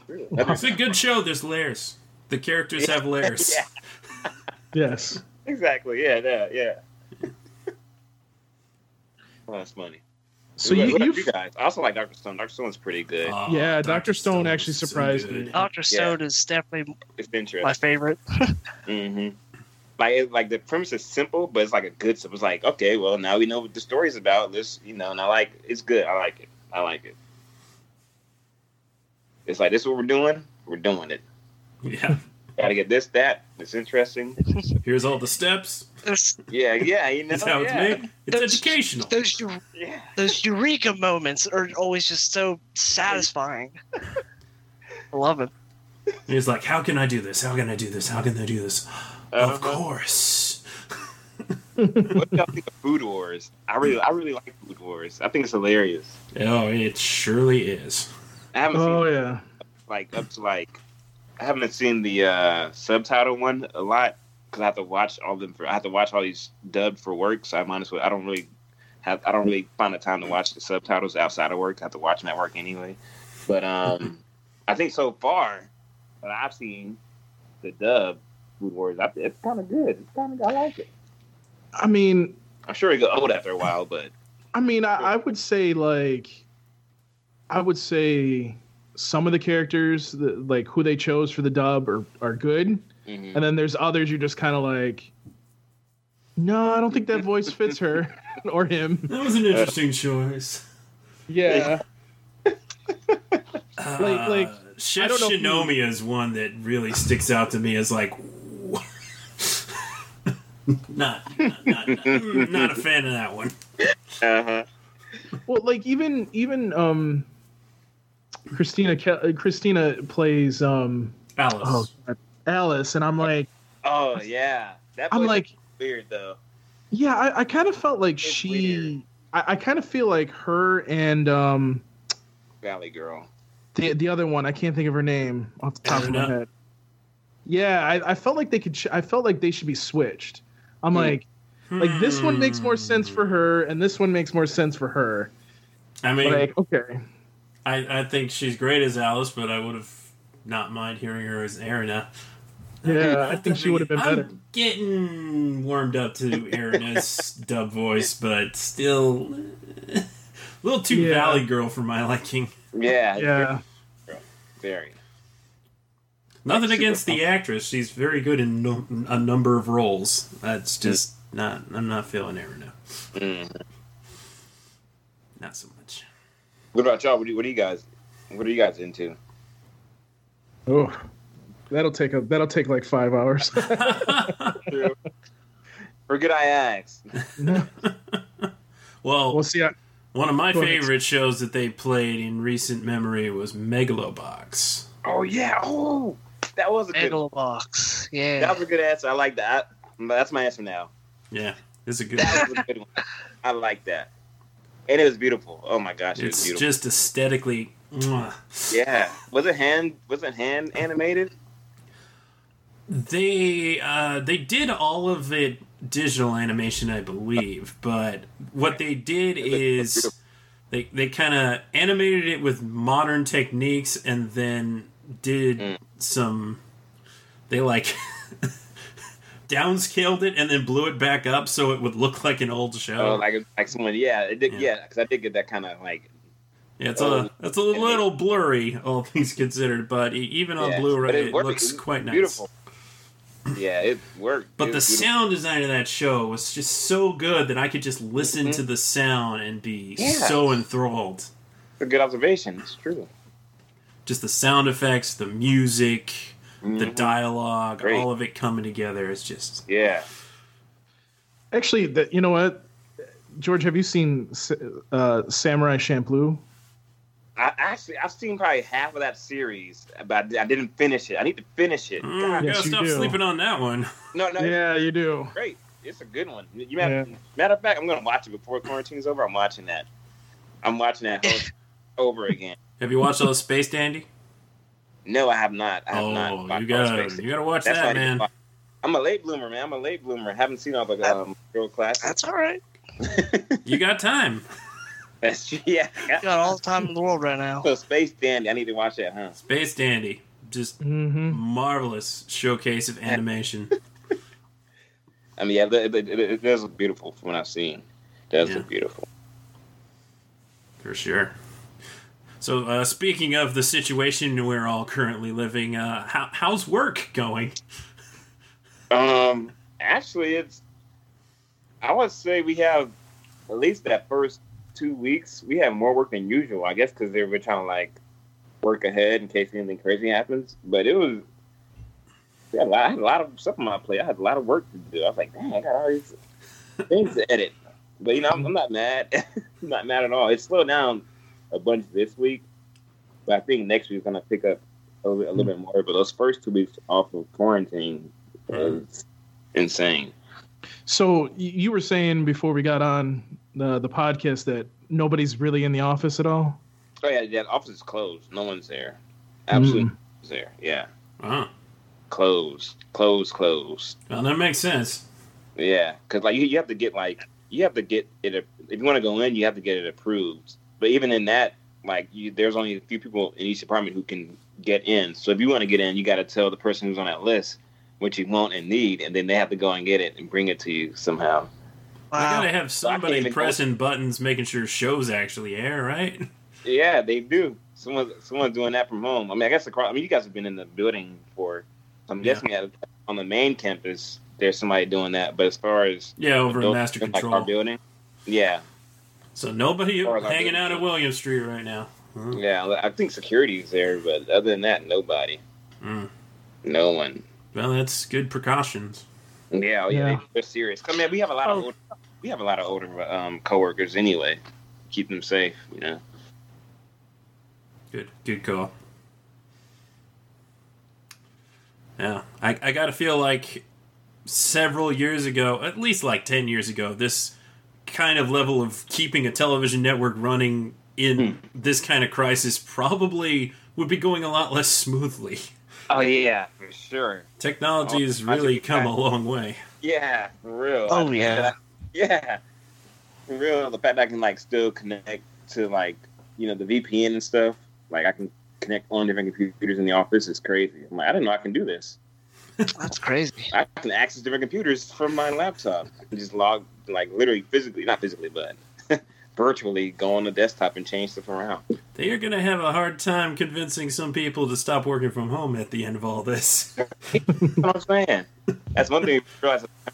[SPEAKER 5] True.
[SPEAKER 2] It's a good show. There's layers. The characters have layers.
[SPEAKER 5] Yeah.
[SPEAKER 3] Yes.
[SPEAKER 5] Exactly. Yeah. Yeah. Yeah. well, that's money.
[SPEAKER 3] So
[SPEAKER 5] What-
[SPEAKER 3] you, Uh,
[SPEAKER 5] what about
[SPEAKER 3] you
[SPEAKER 5] guys. I also like Doctor Stone. Doctor Stone's pretty good.
[SPEAKER 2] Oh,
[SPEAKER 3] Yeah, Dr. Stone actually
[SPEAKER 2] is so
[SPEAKER 3] surprised me.
[SPEAKER 2] good. Oh.
[SPEAKER 4] Doctor Stone is definitely
[SPEAKER 5] it's
[SPEAKER 4] my
[SPEAKER 5] interesting.
[SPEAKER 4] favorite.
[SPEAKER 5] hmm Like, it, like the premise is simple, but it's like a good. It was like, okay, well, now we know what the story's about. Let's, you know, and I like it's good. I like it. I like it. It's like this is what we're doing. We're doing it.
[SPEAKER 2] Yeah.
[SPEAKER 5] Got to get this, that. It's interesting.
[SPEAKER 2] Here's all the steps.
[SPEAKER 4] Those,
[SPEAKER 5] Yeah, yeah, you know,
[SPEAKER 2] That's how it's
[SPEAKER 5] Oh, yeah.
[SPEAKER 2] made. It's educational.
[SPEAKER 4] those eu-
[SPEAKER 5] Yeah,
[SPEAKER 4] those eureka moments are always just so satisfying. I love it.
[SPEAKER 2] He's like, how can I do this? How can I do this? How can I do this?
[SPEAKER 5] Uh,
[SPEAKER 2] Of course.
[SPEAKER 5] What y'all think of Food Wars? I really, I really like Food Wars. I think it's hilarious.
[SPEAKER 2] Oh, it surely is.
[SPEAKER 5] I haven't
[SPEAKER 3] oh
[SPEAKER 5] seen
[SPEAKER 3] yeah,
[SPEAKER 5] like up to like, I haven't seen the uh, subtitle one a lot because I have to watch all them for. I have to watch all these dubbed for work, so I might as well. I don't really have. I don't really find the time to watch the subtitles outside of work. I have to watch them at work anyway. But um, I think so far that I've seen the dub Food Wars, I, it's kind of good. It's kind of I like it.
[SPEAKER 3] I mean,
[SPEAKER 5] I'm sure it got old after a while, but
[SPEAKER 3] I mean, I, I would say like, I would say some of the characters, the, like who they chose for the dub, are are good,
[SPEAKER 5] mhm.
[SPEAKER 3] and then there's others you're just kind of like, no, I don't think that voice fits her or him.
[SPEAKER 2] That was
[SPEAKER 5] Uh,
[SPEAKER 2] an interesting choice.
[SPEAKER 3] Yeah,
[SPEAKER 2] Uh,
[SPEAKER 3] Like- like,
[SPEAKER 2] Chef
[SPEAKER 3] I don't know if you-
[SPEAKER 2] Shinomiya is one that really sticks out to me as like, not, not, not, not, not a fan of that one.
[SPEAKER 5] Uh-huh.
[SPEAKER 3] well, like even even um, Christina Ke- Christina plays um
[SPEAKER 2] Alice.
[SPEAKER 3] oh Alice, and I'm like
[SPEAKER 5] Oh yeah, that
[SPEAKER 3] I'm
[SPEAKER 5] voice
[SPEAKER 3] like
[SPEAKER 5] is weird though.
[SPEAKER 3] Yeah, I, I kind of felt like
[SPEAKER 5] It's weird.
[SPEAKER 3] she. I, I kind of feel like her and um,
[SPEAKER 5] Valley Girl.
[SPEAKER 3] the the other one. I can't think of her name off the top of my
[SPEAKER 2] Erna.
[SPEAKER 3] head. Yeah, I, I felt like they could. Sh- I felt like they should be switched. I'm
[SPEAKER 5] Hmm.
[SPEAKER 3] like, Oh. like this one makes more sense for her, and this one makes more sense for her.
[SPEAKER 2] I mean,
[SPEAKER 3] Like, okay,
[SPEAKER 2] I, I think she's great as Alice, but I would have not mind hearing her as Erina.
[SPEAKER 3] yeah, I think she would have been
[SPEAKER 2] I'm
[SPEAKER 3] better.
[SPEAKER 2] Getting warmed up to Erina's dub voice, but still a little too
[SPEAKER 3] Yeah.
[SPEAKER 2] Valley Girl for my liking.
[SPEAKER 5] Yeah,
[SPEAKER 3] Yeah,
[SPEAKER 5] Very.
[SPEAKER 2] Nothing
[SPEAKER 5] Super
[SPEAKER 2] against the actress; she's very good in no, a number of roles. That's just not. I'm not feeling Erina.
[SPEAKER 5] Mm.
[SPEAKER 2] Not so much.
[SPEAKER 5] What about y'all? What do, what do you guys? What are you guys into?
[SPEAKER 3] oh, that'll take a that'll take like five hours.
[SPEAKER 5] For good, I asked.
[SPEAKER 2] Well,
[SPEAKER 3] we'll see. I,
[SPEAKER 2] one of my
[SPEAKER 3] go ahead.
[SPEAKER 2] favorite shows that they played in recent memory was Megalobox.
[SPEAKER 5] Oh yeah. Oh, that was a good.
[SPEAKER 4] Megalobox.
[SPEAKER 5] That
[SPEAKER 4] Yeah.
[SPEAKER 5] was a good answer. I like that. I- that's my answer now.
[SPEAKER 2] Yeah, it's a good. one.
[SPEAKER 5] That was a good one. I like that. And it was beautiful. Oh my gosh, it was
[SPEAKER 2] It's
[SPEAKER 5] beautiful.
[SPEAKER 2] just aesthetically. mwah.
[SPEAKER 5] yeah. Was it hand? Was it hand animated?
[SPEAKER 2] They uh, they did all of it digital animation, I believe, but what they did is they they kind of animated it with modern techniques, and then did
[SPEAKER 5] Mm.
[SPEAKER 2] some. They like downscaled it and then blew it back up so it would look like an old show.
[SPEAKER 5] Oh, like like someone, yeah, it did,
[SPEAKER 2] Yeah.
[SPEAKER 5] yeah, because I did get that kind of like
[SPEAKER 2] yeah, it's
[SPEAKER 5] oh,
[SPEAKER 2] a it's a little blurry, all things considered, but e- even on
[SPEAKER 5] yeah.
[SPEAKER 2] Blu-ray,
[SPEAKER 5] But
[SPEAKER 2] it,
[SPEAKER 5] worked.
[SPEAKER 2] looks
[SPEAKER 5] It was
[SPEAKER 2] quite nice.
[SPEAKER 5] Beautiful. Yeah, it worked.
[SPEAKER 2] But
[SPEAKER 5] It
[SPEAKER 2] the
[SPEAKER 5] was beautiful.
[SPEAKER 2] sound design of that show was just so good that I could just listen to the sound and be
[SPEAKER 5] Mm-hmm. Yeah.
[SPEAKER 2] so enthralled.
[SPEAKER 5] It's a good observation. It's true.
[SPEAKER 2] Just the sound effects, the music, the
[SPEAKER 5] Mhm.
[SPEAKER 2] dialogue,
[SPEAKER 5] Great.
[SPEAKER 2] all of it coming together. It's just
[SPEAKER 5] Yeah.
[SPEAKER 3] Actually, that you know what, George, have you seen uh, Samurai Champloo?
[SPEAKER 5] I actually I've seen probably half of that series, but I, di- I didn't finish it. I need to finish it.
[SPEAKER 2] Mm,
[SPEAKER 5] God.
[SPEAKER 3] Yes,
[SPEAKER 2] gotta
[SPEAKER 3] you
[SPEAKER 2] stop
[SPEAKER 3] do.
[SPEAKER 2] sleeping on that one.
[SPEAKER 5] No, no,
[SPEAKER 3] Yeah, you do.
[SPEAKER 5] it's great. It's a good one. You matter,
[SPEAKER 3] Yeah.
[SPEAKER 5] matter of fact, I'm gonna watch it before quarantine's over. I'm watching that. I'm watching that whole over again.
[SPEAKER 2] Have you watched all the Space Dandy?
[SPEAKER 5] No, I have not. I have
[SPEAKER 2] Oh,
[SPEAKER 5] not.
[SPEAKER 2] you
[SPEAKER 5] Fox
[SPEAKER 2] gotta
[SPEAKER 5] Space.
[SPEAKER 2] you gotta watch
[SPEAKER 5] That's why I
[SPEAKER 2] that,
[SPEAKER 5] didn't
[SPEAKER 2] man.
[SPEAKER 5] watch- I'm a late bloomer, man. I'm a late bloomer. Haven't seen all the um, real classics.
[SPEAKER 4] That's all right.
[SPEAKER 2] You got time.
[SPEAKER 5] That's, yeah.
[SPEAKER 4] You got all the time in the world right now.
[SPEAKER 5] So Space Dandy, I need to watch that, huh?
[SPEAKER 2] Space Dandy, just
[SPEAKER 3] Mm-hmm.
[SPEAKER 2] marvelous showcase of animation.
[SPEAKER 5] I mean, yeah, it, it, it, it does look beautiful from what I've seen. It does
[SPEAKER 2] Yeah.
[SPEAKER 5] look beautiful.
[SPEAKER 2] For sure. So, uh, speaking of the situation we're all currently living, uh, how, how's work going?
[SPEAKER 5] Um, actually, it's. I would say we have at least that first two weeks we have more work than usual. I guess because they were trying to like work ahead in case anything crazy happens. But it was. Yeah, I had a lot of stuff on my plate. I had a lot of work to do. I was like, dang, I got all these things to edit. But you know, I'm, I'm not mad. I'm not mad at all. It slowed down a bunch this week, but I think next week's gonna pick up a little, a little bit more. But those first two weeks off of quarantine was insane.
[SPEAKER 3] So y- you were saying before we got on the the podcast that nobody's really in the office at all.
[SPEAKER 5] Oh yeah, yeah. The office is closed. No one's there. Absolutely, no one's there. Yeah,
[SPEAKER 2] Uh-huh.
[SPEAKER 5] closed, closed, closed.
[SPEAKER 2] Well, that makes sense.
[SPEAKER 5] Yeah, because like you, you have to get like you have to get it. a- If you want to go in, you have to get it approved. But even in that, like you, there's only a few people in each department who can get in. So if you want to get in, you got to tell the person who's on that list what you want and need, and then they have to go and get it and bring it to you somehow.
[SPEAKER 2] We gotta
[SPEAKER 4] Wow.
[SPEAKER 2] have
[SPEAKER 5] can't
[SPEAKER 2] somebody
[SPEAKER 5] even go-
[SPEAKER 2] pressing buttons, making sure shows actually air, right?
[SPEAKER 5] Yeah, they do. Someone, someone doing that from home. I mean, I guess across. I mean, you guys have been in the building for. I'm
[SPEAKER 2] Yeah.
[SPEAKER 5] guessing that on the main campus, there's somebody doing that. But as far as
[SPEAKER 2] Yeah, over in Master
[SPEAKER 5] like our
[SPEAKER 2] Control.
[SPEAKER 5] building, yeah,
[SPEAKER 2] So nobody
[SPEAKER 5] Or like
[SPEAKER 2] hanging out at
[SPEAKER 5] building. Mm-hmm.
[SPEAKER 2] William Street right now. Huh?
[SPEAKER 5] Yeah, I think security's there, but other than that, nobody,
[SPEAKER 2] Mm.
[SPEAKER 5] no one.
[SPEAKER 2] Well, that's good precautions.
[SPEAKER 5] Yeah, oh, yeah,
[SPEAKER 3] Yeah.
[SPEAKER 5] they're serious. I mean, we have a lot of
[SPEAKER 4] Oh.
[SPEAKER 5] older, we have a lot of older um, coworkers anyway. Keep them safe, you know.
[SPEAKER 2] Good, good call. Yeah, I, I gotta feel like several years ago, at least like 10 years ago, this kind of level of keeping a television network running in
[SPEAKER 5] Hmm.
[SPEAKER 2] this kind of crisis probably would be going a lot less smoothly.
[SPEAKER 5] Oh yeah, for sure.
[SPEAKER 2] Technology
[SPEAKER 5] Oh,
[SPEAKER 2] has
[SPEAKER 5] I
[SPEAKER 2] really
[SPEAKER 5] think
[SPEAKER 2] come
[SPEAKER 5] that-
[SPEAKER 2] a long way.
[SPEAKER 5] Yeah, for real.
[SPEAKER 4] Oh,
[SPEAKER 5] I-
[SPEAKER 4] yeah.
[SPEAKER 5] yeah, for real. The fact that I can like still connect to like you know the VPN and stuff. Like I can connect on different computers in the office is crazy. I'm like, I didn't know I can do this.
[SPEAKER 4] That's crazy.
[SPEAKER 5] I can access different computers from my laptop. I can just log, like literally physically, not physically, but virtually go on the desktop and change stuff around.
[SPEAKER 2] They are gonna have a hard time convincing some people to stop working from home at the end of all this.
[SPEAKER 5] You know what I'm saying? That's one thing you realize how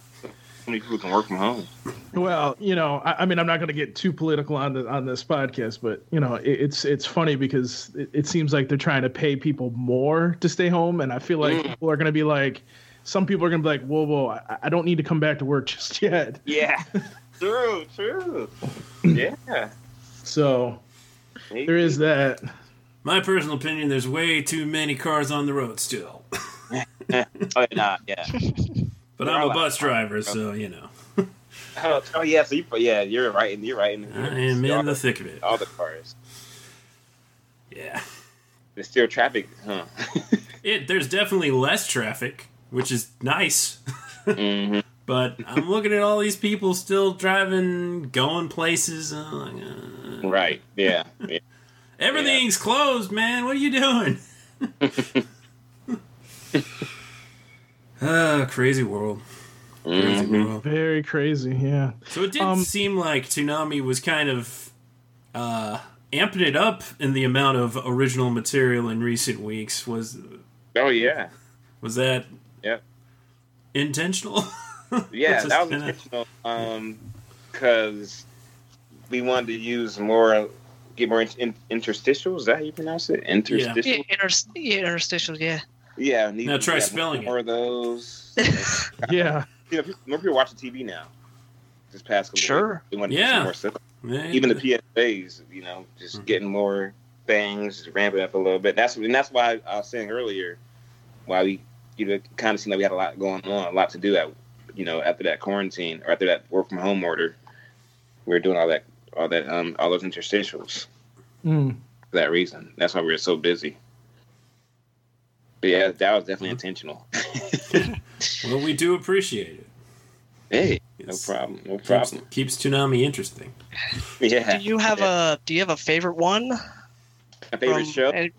[SPEAKER 5] many people can work from home.
[SPEAKER 3] Well, you know, I, I mean, I'm not going to get too political on the on this podcast, but you know, it, it's it's funny because it, it seems like they're trying to pay people more to stay home, and I feel like
[SPEAKER 5] Mm.
[SPEAKER 3] people are going to be like, some people are going to be like, whoa, whoa, I, I don't need to come back to work just yet.
[SPEAKER 5] Yeah. true, true. Yeah.
[SPEAKER 3] So there is that.
[SPEAKER 2] My personal opinion, there's way too many cars on the road still.
[SPEAKER 5] Oh, nah, yeah.
[SPEAKER 2] But
[SPEAKER 5] They're
[SPEAKER 2] I'm
[SPEAKER 5] all
[SPEAKER 2] a
[SPEAKER 5] out
[SPEAKER 2] bus
[SPEAKER 5] of
[SPEAKER 2] driver, so you know.
[SPEAKER 5] Oh, oh, yeah. So you, yeah, you're right. and You're right.
[SPEAKER 2] I am in the thick of it.
[SPEAKER 5] all the cars.
[SPEAKER 2] Yeah.
[SPEAKER 5] There's still traffic, huh?
[SPEAKER 2] It there's definitely less traffic, which is nice.
[SPEAKER 5] hmm
[SPEAKER 2] But I'm looking at all these people still driving, going places. and I'm like, uh,
[SPEAKER 5] Right. Yeah. yeah.
[SPEAKER 2] everything's closed, man. What are you doing? Ah, crazy world.
[SPEAKER 5] Mhm.
[SPEAKER 3] Very crazy, yeah.
[SPEAKER 2] So it did
[SPEAKER 3] Um,
[SPEAKER 2] seem like Toonami was kind of uh, amping it up in the amount of original material in recent weeks. Was
[SPEAKER 5] Oh yeah,
[SPEAKER 2] was that
[SPEAKER 5] Yep.
[SPEAKER 2] intentional?
[SPEAKER 5] yeah,
[SPEAKER 2] Just
[SPEAKER 5] that was
[SPEAKER 2] kinda-
[SPEAKER 5] intentional. Um, because we wanted to use more, get more in, in, interstitial. Is that how you pronounce it? Interstitial.
[SPEAKER 4] Yeah, inter- yeah, interstitial, yeah.
[SPEAKER 5] Yeah. need-
[SPEAKER 2] Now try
[SPEAKER 5] yeah,
[SPEAKER 2] spelling it.
[SPEAKER 5] more of those.
[SPEAKER 3] Yeah.
[SPEAKER 5] you know, people- more people watching TV now. This past couple
[SPEAKER 4] Sure.
[SPEAKER 5] weeks, we wanted to
[SPEAKER 2] Yeah.
[SPEAKER 5] see more stuff.
[SPEAKER 2] Yeah,
[SPEAKER 5] Even the PSAs, you know, just
[SPEAKER 2] Mhm.
[SPEAKER 5] getting more things, just ramp it up a little bit. That's and that's why I was saying earlier why we you know kind of seemed like we had a lot going on, a lot to do at you know after that quarantine or after that work from home order. We were doing all that, all that, um, all those interstitials
[SPEAKER 3] Mm.
[SPEAKER 5] for that reason. That's why we were so busy. But yeah, that was definitely intentional.
[SPEAKER 2] well, we do appreciate it.
[SPEAKER 5] Hey, no
[SPEAKER 2] It's-
[SPEAKER 5] problem, no
[SPEAKER 2] Keeps,
[SPEAKER 5] problem.
[SPEAKER 2] keeps Toonami interesting.
[SPEAKER 5] Yeah,
[SPEAKER 4] Do you have a Do you have a favorite one?
[SPEAKER 5] my favorite
[SPEAKER 4] from-
[SPEAKER 5] show.
[SPEAKER 4] a-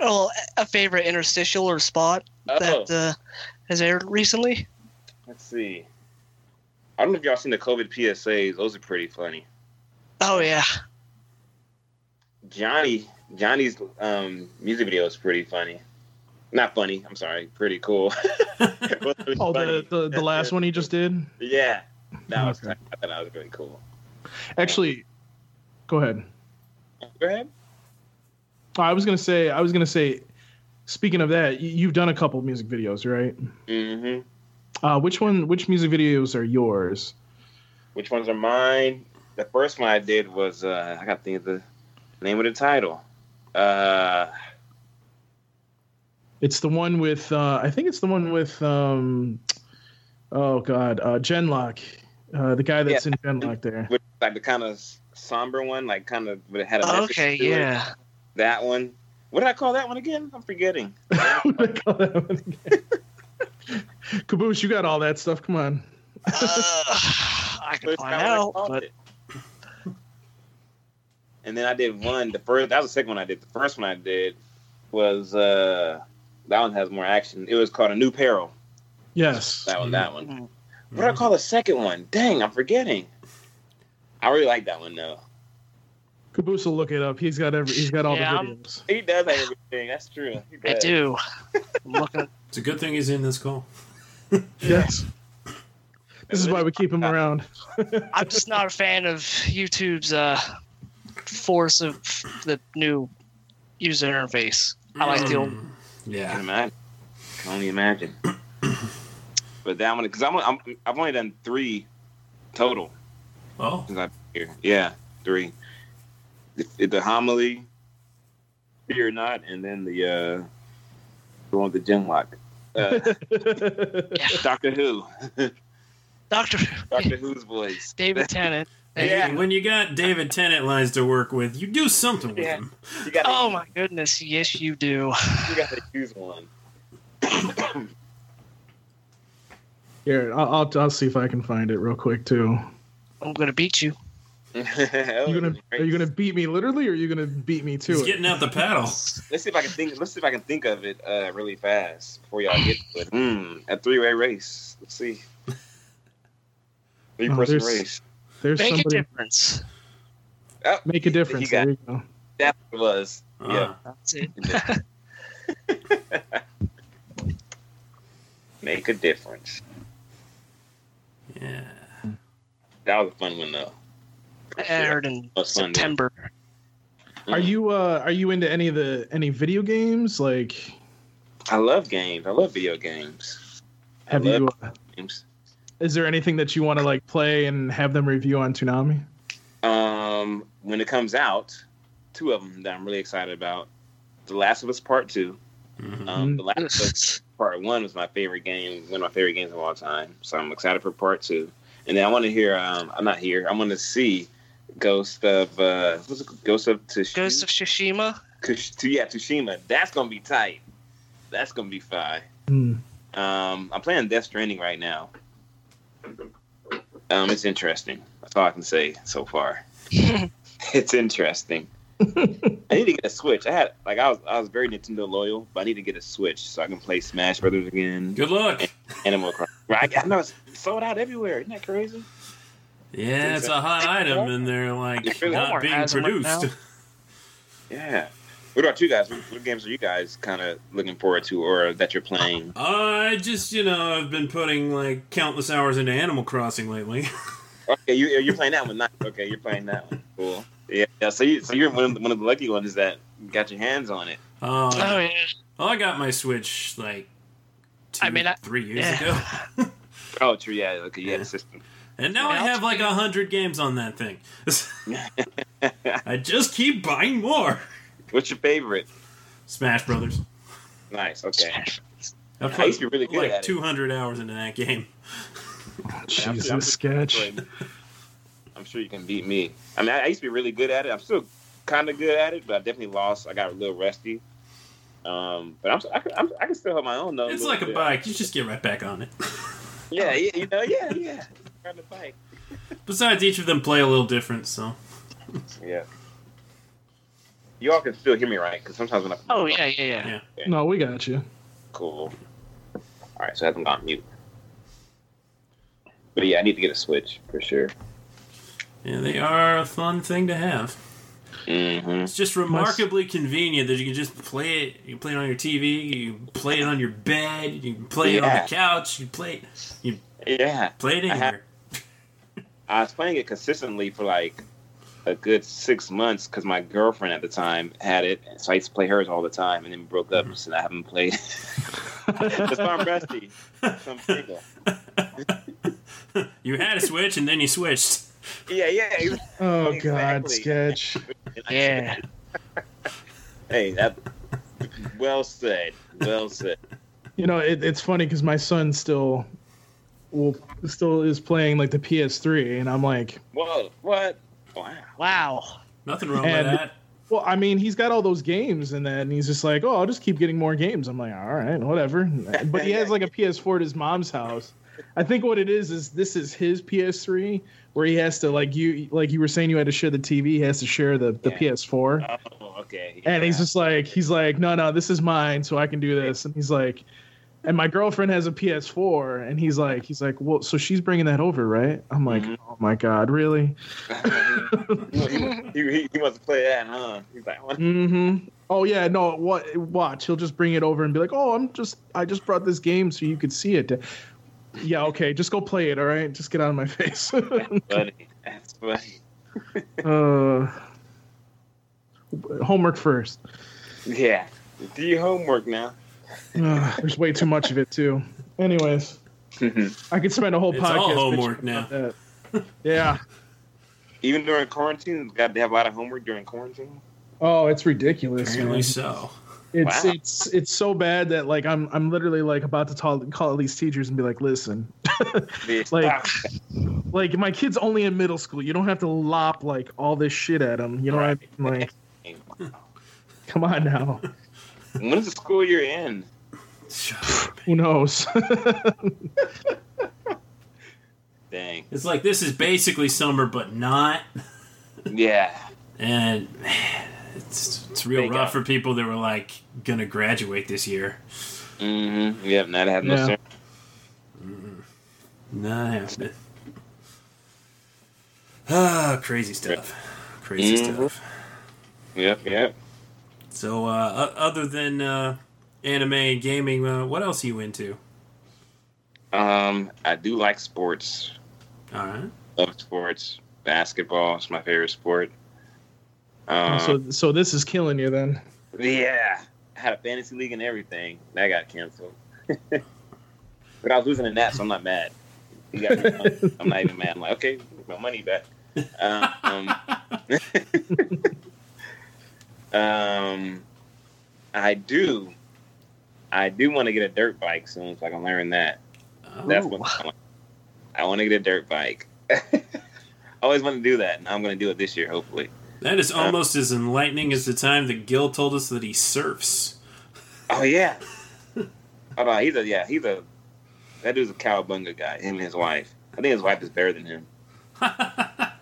[SPEAKER 4] oh, a favorite interstitial or spot
[SPEAKER 5] Oh.
[SPEAKER 4] that uh, has aired recently?
[SPEAKER 5] Let's see. I don't know if y'all seen the COVID PSAs. Those are pretty funny.
[SPEAKER 4] Oh yeah,
[SPEAKER 5] Johnny Johnny's um, music video is pretty funny. Not funny. I'm sorry. Pretty cool.
[SPEAKER 3] Oh, the, the, the last one he just did?
[SPEAKER 5] Yeah, that was.
[SPEAKER 3] Okay.
[SPEAKER 5] I thought that was really cool.
[SPEAKER 3] Actually, go ahead.
[SPEAKER 5] Go ahead.
[SPEAKER 3] I was gonna say. I was gonna say. Speaking of that, you, you've done a couple music videos, right?
[SPEAKER 5] hmm
[SPEAKER 3] Uh, which one? Which music videos are yours?
[SPEAKER 5] Which ones are mine? The first one I did was uh, I got to think of the name of the title. Uh,
[SPEAKER 3] It's the one with. Uh, I think it's the one with. Um, oh God, uh, Genlock, uh, the guy that's in Genlock there.
[SPEAKER 5] which, like the kind of somber one, like kind of but it had a message
[SPEAKER 4] Oh, okay,
[SPEAKER 5] to it.
[SPEAKER 4] yeah.
[SPEAKER 5] That one. What did I call that one again? I'm forgetting.
[SPEAKER 3] What do they call that one again? Caboose, you got all that stuff. Come on.
[SPEAKER 4] Uh, I can
[SPEAKER 5] That's
[SPEAKER 4] find
[SPEAKER 5] kinda what I
[SPEAKER 4] out,
[SPEAKER 5] called
[SPEAKER 4] but
[SPEAKER 5] it. And then I did one. The first that was the second one I did. The first one I did was uh that one has more action. It was called a new peril.
[SPEAKER 3] Yes.
[SPEAKER 5] That one. That one.
[SPEAKER 4] mm,
[SPEAKER 5] What do I call the second one? Dang, I'm forgetting. I really like that one though.
[SPEAKER 3] Caboose will look it up. He's got every. He's got all
[SPEAKER 4] Yeah,
[SPEAKER 3] the
[SPEAKER 4] I'm-
[SPEAKER 3] videos.
[SPEAKER 5] He does have everything. That's true. He
[SPEAKER 4] I
[SPEAKER 5] does.
[SPEAKER 4] do. I'm looking.
[SPEAKER 2] It's a good thing he's in this call.
[SPEAKER 3] Yes. This is why we keep him around.
[SPEAKER 4] I'm just not a fan of YouTube's uh, force of the new user interface. I like the old.
[SPEAKER 2] Mm,
[SPEAKER 5] I can
[SPEAKER 2] Yeah.
[SPEAKER 5] imagine. I can only imagine. but that one, because I'm, I'm I've only done three total.
[SPEAKER 2] Oh,
[SPEAKER 5] since I've been here. Yeah, three. The, the homily, fear not, and then the uh, the one with the genlock. Uh, Doctor Who,
[SPEAKER 4] Doctor
[SPEAKER 5] Doctor Who's voice.
[SPEAKER 4] David Tennant. Thank
[SPEAKER 5] Yeah.
[SPEAKER 4] you.
[SPEAKER 2] when you got David Tennant lines to work with, you do something with
[SPEAKER 5] Yeah.
[SPEAKER 2] them.
[SPEAKER 5] You gotta,
[SPEAKER 4] Oh my goodness, yes you do.
[SPEAKER 5] you gotta use one.
[SPEAKER 3] Here, I'll, I'll I'll see if I can find it real quick too.
[SPEAKER 4] I'm gonna beat you.
[SPEAKER 3] You gonna, are you gonna beat me literally, or are you gonna beat me to
[SPEAKER 2] He's
[SPEAKER 3] it?
[SPEAKER 2] getting out the paddle.
[SPEAKER 5] Let's see if I can think. Let's see if I can think of it uh, really fast before y'all get to it. Hmm, a three-way race. Let's see. Three-person
[SPEAKER 3] Oh, there's-
[SPEAKER 5] race. Oh,
[SPEAKER 3] There's
[SPEAKER 4] Make a
[SPEAKER 3] somebody
[SPEAKER 4] difference.
[SPEAKER 3] make a difference.
[SPEAKER 5] got-
[SPEAKER 3] There you go.
[SPEAKER 5] That was.
[SPEAKER 2] Ah,
[SPEAKER 4] That's it.
[SPEAKER 5] Yeah. Make a difference.
[SPEAKER 2] yeah.
[SPEAKER 5] That was a fun one though.
[SPEAKER 4] I aired in
[SPEAKER 5] That's fun, dude.
[SPEAKER 4] Eh, September.
[SPEAKER 3] Are
[SPEAKER 5] Mm.
[SPEAKER 3] you uh are you into any of the any video games? Like,
[SPEAKER 5] I love games. I love video games.
[SPEAKER 3] have
[SPEAKER 5] I
[SPEAKER 3] you?
[SPEAKER 5] love
[SPEAKER 3] Uh,
[SPEAKER 5] games.
[SPEAKER 3] is there anything that you want to like play and have them review on Toonami?
[SPEAKER 5] Um, when it comes out, two of them that I'm really excited about: The Last of Us Part Two.
[SPEAKER 2] Mhm.
[SPEAKER 5] Um,
[SPEAKER 4] Mm-hmm.
[SPEAKER 3] Mhm.
[SPEAKER 5] The Last of Us Part One was my favorite game, one of my favorite games of all time. So I'm excited for Part Two. And then I want to hear. Um, I'm not here. I want to see Ghost of uh, what's it called? Ghost of Tsushima.
[SPEAKER 4] Ghost of Tsushima.
[SPEAKER 5] Kush- to- yeah, Tsushima. That's gonna be tight. That's gonna be fine.
[SPEAKER 3] Hmm.
[SPEAKER 5] Um, I'm playing Death Stranding right now. Um, it's interesting. That's all I can say so far. it's interesting. I need to get a Switch. I had like I was I was very Nintendo loyal, but I need to get a Switch so I can play Smash Brothers again,
[SPEAKER 2] Good luck.
[SPEAKER 5] Animal Crossing. Right? I know it's sold out everywhere. Isn't that crazy?
[SPEAKER 2] Yeah, it's a hot item, and they're like
[SPEAKER 5] Walmart
[SPEAKER 2] not being
[SPEAKER 4] has 'em right now.
[SPEAKER 2] produced.
[SPEAKER 5] Yeah. What about you guys? What, what games are you guys kind of looking forward to, or that you're playing?
[SPEAKER 2] I just, you know, I've been putting like countless hours into Animal Crossing lately.
[SPEAKER 5] Okay, you, you're playing that one. Not, okay, you're playing that one. Cool. Yeah. yeah so, you, so you're one of, the, one of the lucky ones that got your hands on it.
[SPEAKER 2] Oh,
[SPEAKER 4] Oh yeah.
[SPEAKER 2] well, I got my Switch like two,
[SPEAKER 4] I mean, I-
[SPEAKER 2] three years
[SPEAKER 4] yeah.
[SPEAKER 2] ago,
[SPEAKER 5] Oh, true. Yeah. Okay. Yeah. The system.
[SPEAKER 2] and now I
[SPEAKER 4] Well,
[SPEAKER 2] have like a hundred games on that thing. I just keep buying more.
[SPEAKER 5] What's your favorite?
[SPEAKER 2] Smash Brothers.
[SPEAKER 5] Nice. Okay.
[SPEAKER 2] I've
[SPEAKER 5] I used to be really good
[SPEAKER 2] like
[SPEAKER 5] at it.
[SPEAKER 2] 200 hours into that game.
[SPEAKER 3] Jesus,
[SPEAKER 5] I'm sure-
[SPEAKER 3] sketch.
[SPEAKER 5] I'm sure you can beat me. I mean, I, I used to be really good at it. I'm still kind of good at it, but I definitely lost. I got a little rusty. Um, but I'm, I, can, I'm, I can still hold my own though.
[SPEAKER 2] It's
[SPEAKER 5] little
[SPEAKER 2] like a
[SPEAKER 5] bit.
[SPEAKER 2] bike. You just get right back on it.
[SPEAKER 5] Yeah, yeah, you know, yeah, yeah. Ride the bike.
[SPEAKER 2] Besides, each of them play a little different, so.
[SPEAKER 5] Yeah. Y'all can still hear me, right? Because sometimes when I
[SPEAKER 4] Oh yeah, yeah, yeah.
[SPEAKER 2] Yeah.
[SPEAKER 3] No, we got you.
[SPEAKER 5] cool. All right, so I haven't gone mute. But yeah, I need to get a switch for sure.
[SPEAKER 2] Yeah, they are a fun thing to have.
[SPEAKER 5] Mm-hmm.
[SPEAKER 2] It's just remarkably convenient that you can just play it. You can play it on your TV. You can play it on your bed. You can play it on
[SPEAKER 5] Yeah.
[SPEAKER 2] the couch. You play it. You
[SPEAKER 5] Yeah,
[SPEAKER 2] play it
[SPEAKER 5] I have-
[SPEAKER 2] anywhere.
[SPEAKER 5] I was playing it consistently for like a good six months because my girlfriend at the time had it, so I used to play hers all the time, and then we broke up, so I haven't played. That's why I'm rusty. So I'm single.
[SPEAKER 2] You had a switch and then you switched.
[SPEAKER 5] Yeah, yeah.
[SPEAKER 3] Oh God,
[SPEAKER 5] Exactly.
[SPEAKER 3] sketch.
[SPEAKER 4] Yeah.
[SPEAKER 5] Hey, that. Well said. Well said.
[SPEAKER 3] You know, it, it's funny because my son still will still is playing like the PS3, and I'm like,
[SPEAKER 5] Whoa! What? Wow.
[SPEAKER 4] Wow.
[SPEAKER 2] Nothing wrong
[SPEAKER 3] And-
[SPEAKER 2] with that.
[SPEAKER 3] well, I mean, he's got all those games, and then he's just like, oh, I'll just keep getting more games. I'm like, all right, whatever. But he has like a PS4 at his mom's house. I think what it is is this is his PS3 where he has to like you like you were saying you had to share the TV. He has to share the the
[SPEAKER 5] Yeah.
[SPEAKER 3] PS4.
[SPEAKER 5] Oh, okay.
[SPEAKER 3] And he's
[SPEAKER 5] Yeah.
[SPEAKER 3] just like, he's like, no, no, this is mine, so I can do this. And he's like, and my girlfriend has a PS4, and he's like, he's like, well, so she's bringing that over, right? I'm like,
[SPEAKER 5] Mhm.
[SPEAKER 3] oh my god, really?
[SPEAKER 5] he, he, he wants to play that, huh? He's like, what?
[SPEAKER 3] Mm-hmm. Oh yeah, no, what? Watch, he'll just bring it over and be like, oh, I'm just, I just brought this game so you could see it. Yeah, okay, just go play it, all right? Just get out of my face.
[SPEAKER 5] buddy, that's funny.
[SPEAKER 3] uh, homework first.
[SPEAKER 5] Yeah. Do your homework now.
[SPEAKER 3] Ugh, there's way too much of it too. Anyways. I could spend a whole
[SPEAKER 2] It's
[SPEAKER 3] podcast.
[SPEAKER 2] all homework
[SPEAKER 3] bitching about that. yeah.
[SPEAKER 5] Even during quarantine, got to have a lot of homework during quarantine.
[SPEAKER 3] Oh, it's ridiculous. man.
[SPEAKER 2] Apparently
[SPEAKER 3] It's
[SPEAKER 2] so.
[SPEAKER 5] Wow.
[SPEAKER 3] it's it's so bad that like I'm I'm literally like about to call call all these teachers and be like, listen,
[SPEAKER 5] Yeah.
[SPEAKER 3] like
[SPEAKER 5] Ah.
[SPEAKER 3] like my kid's only in middle school. You don't have to lop like all this shit at him. You know what I mean? Like, come on now.
[SPEAKER 5] when does the school year end?
[SPEAKER 3] Who knows?
[SPEAKER 5] Uh-huh. Dang.
[SPEAKER 2] It's like this is basically summer, but not.
[SPEAKER 5] Yeah.
[SPEAKER 2] And man, it's it's real
[SPEAKER 5] Big
[SPEAKER 2] rough
[SPEAKER 5] up.
[SPEAKER 2] for people that were like gonna graduate this year.
[SPEAKER 5] Mm-hmm. Yep. Not have no
[SPEAKER 3] Yeah.
[SPEAKER 5] sense.
[SPEAKER 2] Not happening. Ah, crazy stuff. Crazy
[SPEAKER 5] Mhm.
[SPEAKER 2] stuff.
[SPEAKER 5] Yep. Yep.
[SPEAKER 2] So, uh, o- other than uh, anime and gaming, uh, what else are you into?
[SPEAKER 5] Um, I do like sports.
[SPEAKER 2] All right.
[SPEAKER 5] Love sports. Basketball is my favorite sport. Um,
[SPEAKER 3] so so this is killing you then.
[SPEAKER 5] Yeah, I had a fantasy league and everything. That got canceled. but I was losing in that, so I'm not mad. You got me money. I'm not even mad. I'm like, okay, my money back. Um, um, I do, I do want to get a dirt bike soon, so I can learn that.
[SPEAKER 2] Oh,
[SPEAKER 5] That's what I want. I want to get a dirt bike. I always want to do that, and I'm going to do it this year, hopefully.
[SPEAKER 2] That is almost as enlightening as the time that Gil told us that he surfs.
[SPEAKER 5] Oh yeah. Hold on, he's a yeah, he's a that dude's a cowabunga guy. Him and his wife. I think his wife is better than him. But I,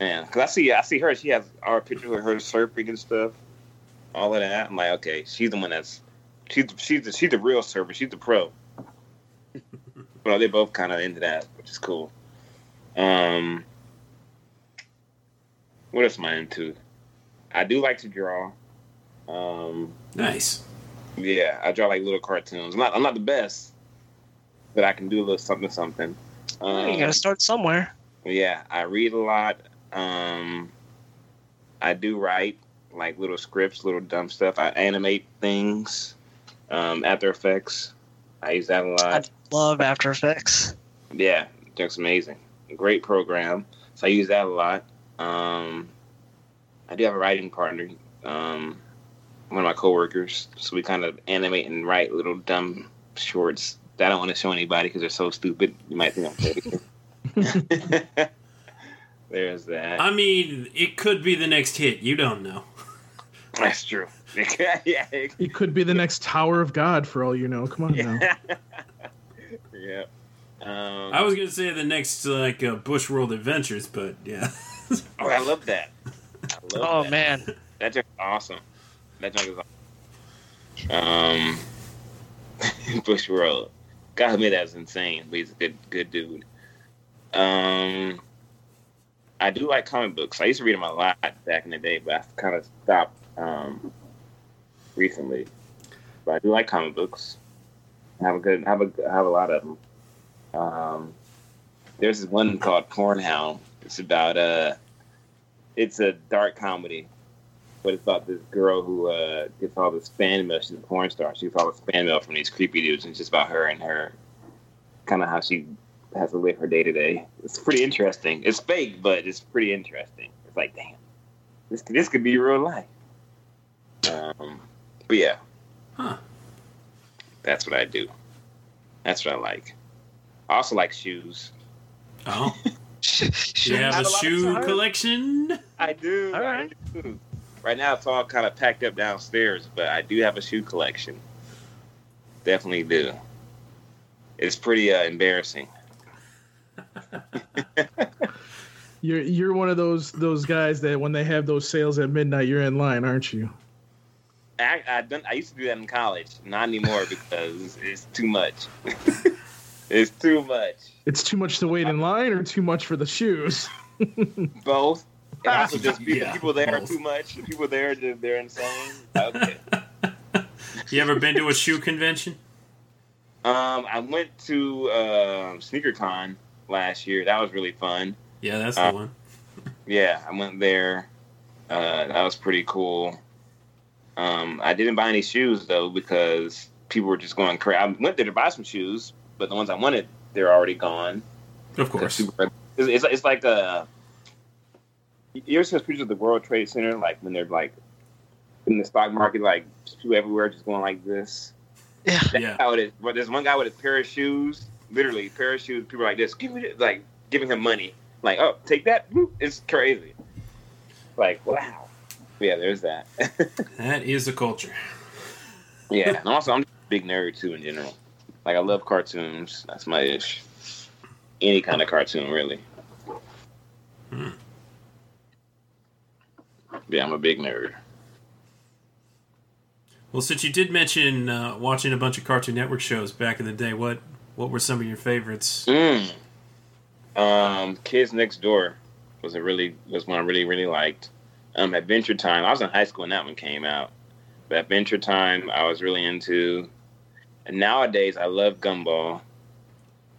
[SPEAKER 5] man, because I see I see her. She has our picture with her surfing and stuff, all of that. I'm like, okay, she's the one that's she's she's the, she's the real surfer. She's the pro. Well, they're both kind of into that, which is cool. Um, what else am I into? I do like to draw. Um,
[SPEAKER 2] Nice.
[SPEAKER 5] yeah, I draw like little cartoons. I'm not, I'm not the best, but I can do a little something, something. Um,
[SPEAKER 4] you gotta start somewhere.
[SPEAKER 5] yeah, I read a lot. Um, I do write like little scripts, little dumb stuff. I animate things. Um, After Effects, I use that a lot.
[SPEAKER 4] I love After Effects.
[SPEAKER 5] Yeah, that's amazing. Great program. So I use that a lot. Um, I do have a writing partner, um, one of my coworkers. So we kind of animate and write little dumb shorts that I don't want to show anybody because they're so stupid. You might think I'm crazy. There's that.
[SPEAKER 2] I mean, it could be the next hit. You don't know.
[SPEAKER 5] That's true. yeah,
[SPEAKER 3] It could be the next Tower of God for all you know. Come on now.
[SPEAKER 5] yeah. yeah. Um,
[SPEAKER 2] I was gonna say the next like uh, Bush World Adventures, but yeah.
[SPEAKER 5] oh, I love that. I love
[SPEAKER 4] Oh
[SPEAKER 5] that.
[SPEAKER 4] man,
[SPEAKER 5] That joke is awesome. That joke is awesome. Um, Bush World. God, admit that's insane, but he's a good, good dude. Um, I do like comic books. I used to read them a lot back in the day, but I've kind of stopped um, recently. But I do like comic books. I have a good, I have a, I have a lot of them. Um, there's this one called Pornhound. It's about uh, it's a dark comedy but it's about this girl who uh, gets all this fan mail. She's a porn star. She gets all this fan mail from these creepy dudes, and it's just about her and her kind of how she has to live her day to day. It's pretty interesting. It's fake, but it's pretty interesting. It's like, damn, this this could be real life. Um, but yeah,
[SPEAKER 2] Huh.
[SPEAKER 5] that's what I do. That's what I like. I also like shoes.
[SPEAKER 2] Oh, you
[SPEAKER 4] yeah,
[SPEAKER 2] have a
[SPEAKER 5] a lot of
[SPEAKER 2] shoe
[SPEAKER 5] time.
[SPEAKER 2] collection.
[SPEAKER 5] I do.
[SPEAKER 4] All
[SPEAKER 5] I
[SPEAKER 4] right.
[SPEAKER 5] do. Right now, it's all kind of packed up downstairs, but I do have a shoe collection. Definitely do. It's pretty uh, embarrassing.
[SPEAKER 3] You're you're one of those those guys that when they have those sales at midnight, you're in line, aren't you?
[SPEAKER 5] I I, done, I used to do that in college, not anymore because it's too much. it's too much.
[SPEAKER 3] It's too much to wait in line, or too much for the shoes.
[SPEAKER 5] Both. And also just people,
[SPEAKER 2] Yeah,
[SPEAKER 5] people there are
[SPEAKER 2] both.
[SPEAKER 5] too much. The people there, they're, they're insane. Okay.
[SPEAKER 2] You ever been to a shoe convention?
[SPEAKER 5] um, I went to um SneakerCon last year. That was really fun.
[SPEAKER 2] Yeah, that's the
[SPEAKER 5] Uh,
[SPEAKER 2] one.
[SPEAKER 5] yeah, I went there. Uh, that was pretty cool. Um, I didn't buy any shoes though because people were just going crazy. I went there to buy some shoes, but the ones I wanted, they're already gone.
[SPEAKER 2] Of
[SPEAKER 5] They're
[SPEAKER 2] course.
[SPEAKER 5] super- It's, it's, it's like a. You ever see those pictures of the World Trade Center, like when they're like in the stock market, like people everywhere just going like this?
[SPEAKER 4] yeah.
[SPEAKER 2] Yeah.
[SPEAKER 5] How it is? But there's one guy with a pair of shoes, literally pair of shoes. People are like this, give me this, like giving him money, like oh take that. Whoop. It's crazy. Like wow. Yeah, there's that.
[SPEAKER 2] That is the culture.
[SPEAKER 5] yeah, and also I'm just a big nerd too in general. Like I love cartoons. That's my ish. Any kind of cartoon, really. Yeah, I'm a big nerd.
[SPEAKER 2] Well, since you did mention uh, watching a bunch of Cartoon Network shows back in the day, what what were some of your favorites?
[SPEAKER 5] Mm. Um, Kids Next Door was a really was one I really really liked. Um, Adventure Time. I was in high school when that one came out. But Adventure Time, I was really into. And nowadays, I love Gumball.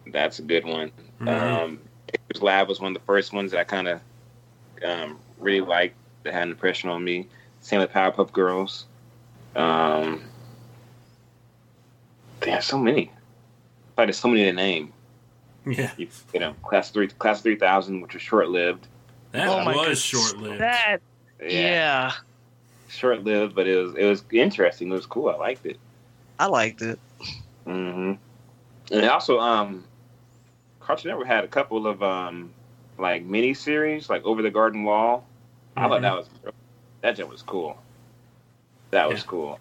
[SPEAKER 5] That's a good one.
[SPEAKER 2] Mhm.
[SPEAKER 5] Um, Baker's Lab was one of the first ones that I kind of um, really liked that had an impression on me. Same with Powerpuff Girls. Um, damn, so many. Like there's so many to name.
[SPEAKER 2] yeah,
[SPEAKER 5] You, you know, class three, class three thousand, which was short lived.
[SPEAKER 2] that
[SPEAKER 4] Oh my
[SPEAKER 2] was
[SPEAKER 4] goodness.
[SPEAKER 2] short lived.
[SPEAKER 4] That yeah.
[SPEAKER 5] short lived, but it was it was interesting. It was cool. I liked it.
[SPEAKER 4] I liked it.
[SPEAKER 5] hmm And also, um, Cartoon Network had a couple of um, like mini series, like Over the Garden Wall. I
[SPEAKER 2] Mm-hmm.
[SPEAKER 5] thought that was that joke was cool. That was
[SPEAKER 2] Yeah.
[SPEAKER 5] cool.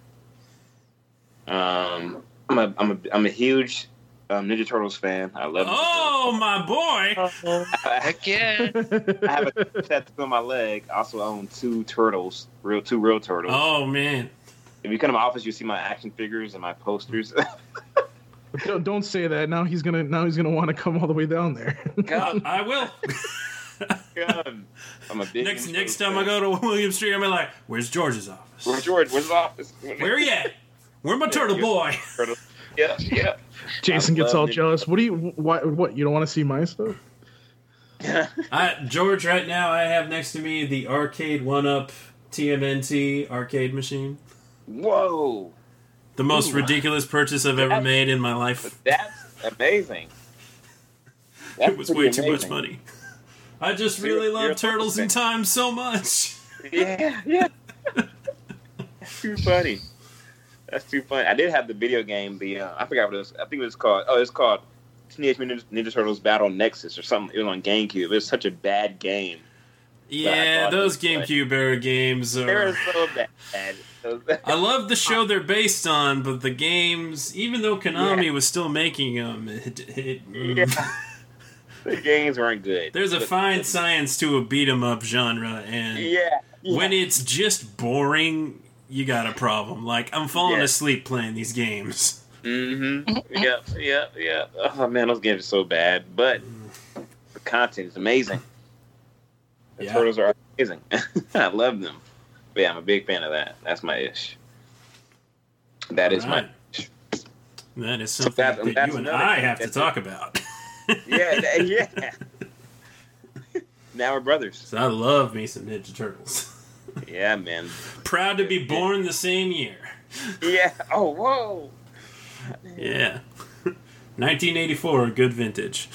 [SPEAKER 5] Um, I'm a I'm a I'm a huge um, Ninja Turtles fan. I love.
[SPEAKER 2] Oh my boy!
[SPEAKER 4] Oh,
[SPEAKER 5] I
[SPEAKER 4] heck yeah.
[SPEAKER 5] have a tattoo on my leg. I also own two turtles, real two real turtles.
[SPEAKER 2] Oh man,
[SPEAKER 5] If you come to my office, you see my action figures and my posters.
[SPEAKER 3] But don't, don't say that. Now he's gonna now he's gonna want to come all the way down there.
[SPEAKER 5] God,
[SPEAKER 2] I will.
[SPEAKER 5] God. I'm a big
[SPEAKER 2] next
[SPEAKER 5] intro
[SPEAKER 2] next time I
[SPEAKER 5] fan.
[SPEAKER 2] go to William Street, I'm gonna be like, "Where's George's office?
[SPEAKER 5] Where's George? Where's his office?
[SPEAKER 2] Where you at? Where my turtle boy?"
[SPEAKER 5] Yeah, yeah.
[SPEAKER 3] Jason
[SPEAKER 5] I
[SPEAKER 3] gets
[SPEAKER 5] love
[SPEAKER 3] all
[SPEAKER 5] it.
[SPEAKER 3] jealous. What do you what what you don't want to see my stuff?
[SPEAKER 2] I, George, right now I have next to me the arcade one up TMNT arcade machine.
[SPEAKER 5] Whoa,
[SPEAKER 2] The most ridiculous purchase I've ever made in my
[SPEAKER 5] but
[SPEAKER 2] life.
[SPEAKER 5] that's amazing. That's
[SPEAKER 2] It was
[SPEAKER 5] pretty
[SPEAKER 2] way too much
[SPEAKER 5] amazing.
[SPEAKER 2] money. I just
[SPEAKER 5] So you're-
[SPEAKER 2] really
[SPEAKER 5] you're a
[SPEAKER 2] love Turtles in
[SPEAKER 5] fan.
[SPEAKER 2] Time so much.
[SPEAKER 5] Yeah, yeah. That's too funny. That's too funny. I did have the video game. The uh, I forgot what it was. I think it was called. Oh, it's called Teenage Mutant Ninja Turtles Battle Nexus or something. It was on GameCube. It was such a bad game.
[SPEAKER 2] Yeah,
[SPEAKER 5] thought it
[SPEAKER 2] those
[SPEAKER 5] was like-
[SPEAKER 2] GameCube era games
[SPEAKER 5] They were
[SPEAKER 2] are.
[SPEAKER 5] so bad.
[SPEAKER 2] I love the show they're based on, but the games, even though Konami was still making them, it, it,
[SPEAKER 5] Yeah. the games weren't good.
[SPEAKER 2] there's a
[SPEAKER 5] But-
[SPEAKER 2] fine science to a beat 'em up genre, and
[SPEAKER 5] Yeah. yeah.
[SPEAKER 2] when it's just boring, you got a problem. Like I'm falling
[SPEAKER 5] Yeah.
[SPEAKER 2] asleep playing these games.
[SPEAKER 5] Mm-hmm. Yep, yep, yep. Oh man, those games are so bad, but the content is amazing. The
[SPEAKER 2] Yeah.
[SPEAKER 5] turtles are amazing. I love them. But yeah, I'm a big fan of that. That's my ish. That is
[SPEAKER 2] Alright.
[SPEAKER 5] my ish.
[SPEAKER 2] That is something
[SPEAKER 5] that-
[SPEAKER 2] that,
[SPEAKER 5] that's
[SPEAKER 2] you and
[SPEAKER 5] another
[SPEAKER 2] I
[SPEAKER 5] thing
[SPEAKER 2] have to
[SPEAKER 5] that-
[SPEAKER 2] talk about.
[SPEAKER 5] Yeah, that- yeah. now we're brothers.
[SPEAKER 2] 'Cause I love me some Ninja Turtles.
[SPEAKER 5] Yeah, man.
[SPEAKER 2] Proud to be born the same year.
[SPEAKER 5] Yeah. Oh, whoa.
[SPEAKER 2] Yeah. 1984, a good vintage.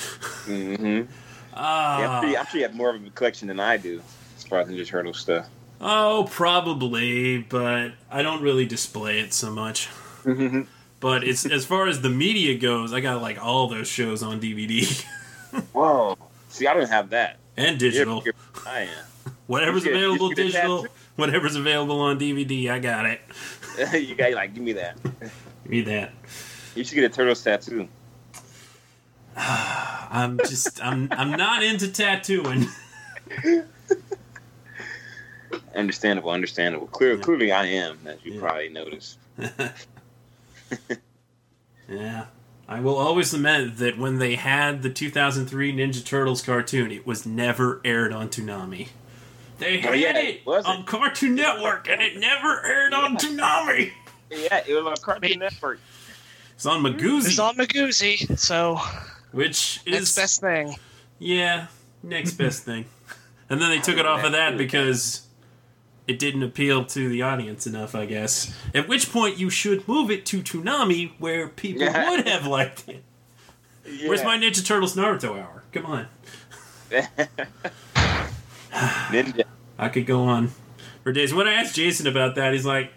[SPEAKER 5] Mm-hmm. Yeah, I'm,
[SPEAKER 2] Ah.
[SPEAKER 5] sure you, I'm sure you have more of a collection than I do as far as Ninja Turtle stuff.
[SPEAKER 2] Oh, probably, but I don't really display it so much.
[SPEAKER 5] Mhm.
[SPEAKER 2] But it's as far as the media goes, I got like all those shows on DVD
[SPEAKER 5] Whoa. See, I don't have that.
[SPEAKER 2] and
[SPEAKER 5] You're-
[SPEAKER 2] digital.
[SPEAKER 5] you're- I am.
[SPEAKER 2] Whatever's
[SPEAKER 5] you get-
[SPEAKER 2] available
[SPEAKER 5] you get
[SPEAKER 2] digital,
[SPEAKER 5] that
[SPEAKER 2] whatever's available on DVD, I got it.
[SPEAKER 5] you got like, give me that.
[SPEAKER 2] Read that.
[SPEAKER 5] You should get a turtle tattoo.
[SPEAKER 2] I'm just I'm I'm not into tattooing.
[SPEAKER 5] Understandable, understandable. Clear,
[SPEAKER 2] Yeah.
[SPEAKER 5] Clearly, I am, as you
[SPEAKER 2] Yeah.
[SPEAKER 5] probably noticed.
[SPEAKER 2] yeah. I will always lament that when they had the 2003 Ninja Turtles cartoon, it was never aired on Toonami. They
[SPEAKER 5] Oh,
[SPEAKER 2] had
[SPEAKER 5] yeah,
[SPEAKER 2] it,
[SPEAKER 5] it wasn't.
[SPEAKER 2] on Cartoon Network, and it never aired on Toonami.
[SPEAKER 5] Yeah, it was on
[SPEAKER 4] Wait.
[SPEAKER 5] Cartoon Network.
[SPEAKER 2] It's on
[SPEAKER 4] It's
[SPEAKER 2] Magoozy,
[SPEAKER 4] on Magoozy, so
[SPEAKER 2] which
[SPEAKER 4] it's
[SPEAKER 2] is
[SPEAKER 4] best thing.
[SPEAKER 2] yeah, next best thing. And then they took it off of that because it didn't appeal to the audience enough, I guess. At which point, you should move it to Toonami, where people
[SPEAKER 5] Yeah.
[SPEAKER 2] would have liked it.
[SPEAKER 5] Yeah.
[SPEAKER 2] Where's my Ninja Turtles Naruto hour? Come on.
[SPEAKER 5] Ninja?
[SPEAKER 2] I could go on for days. When I asked Jason about that, he's like,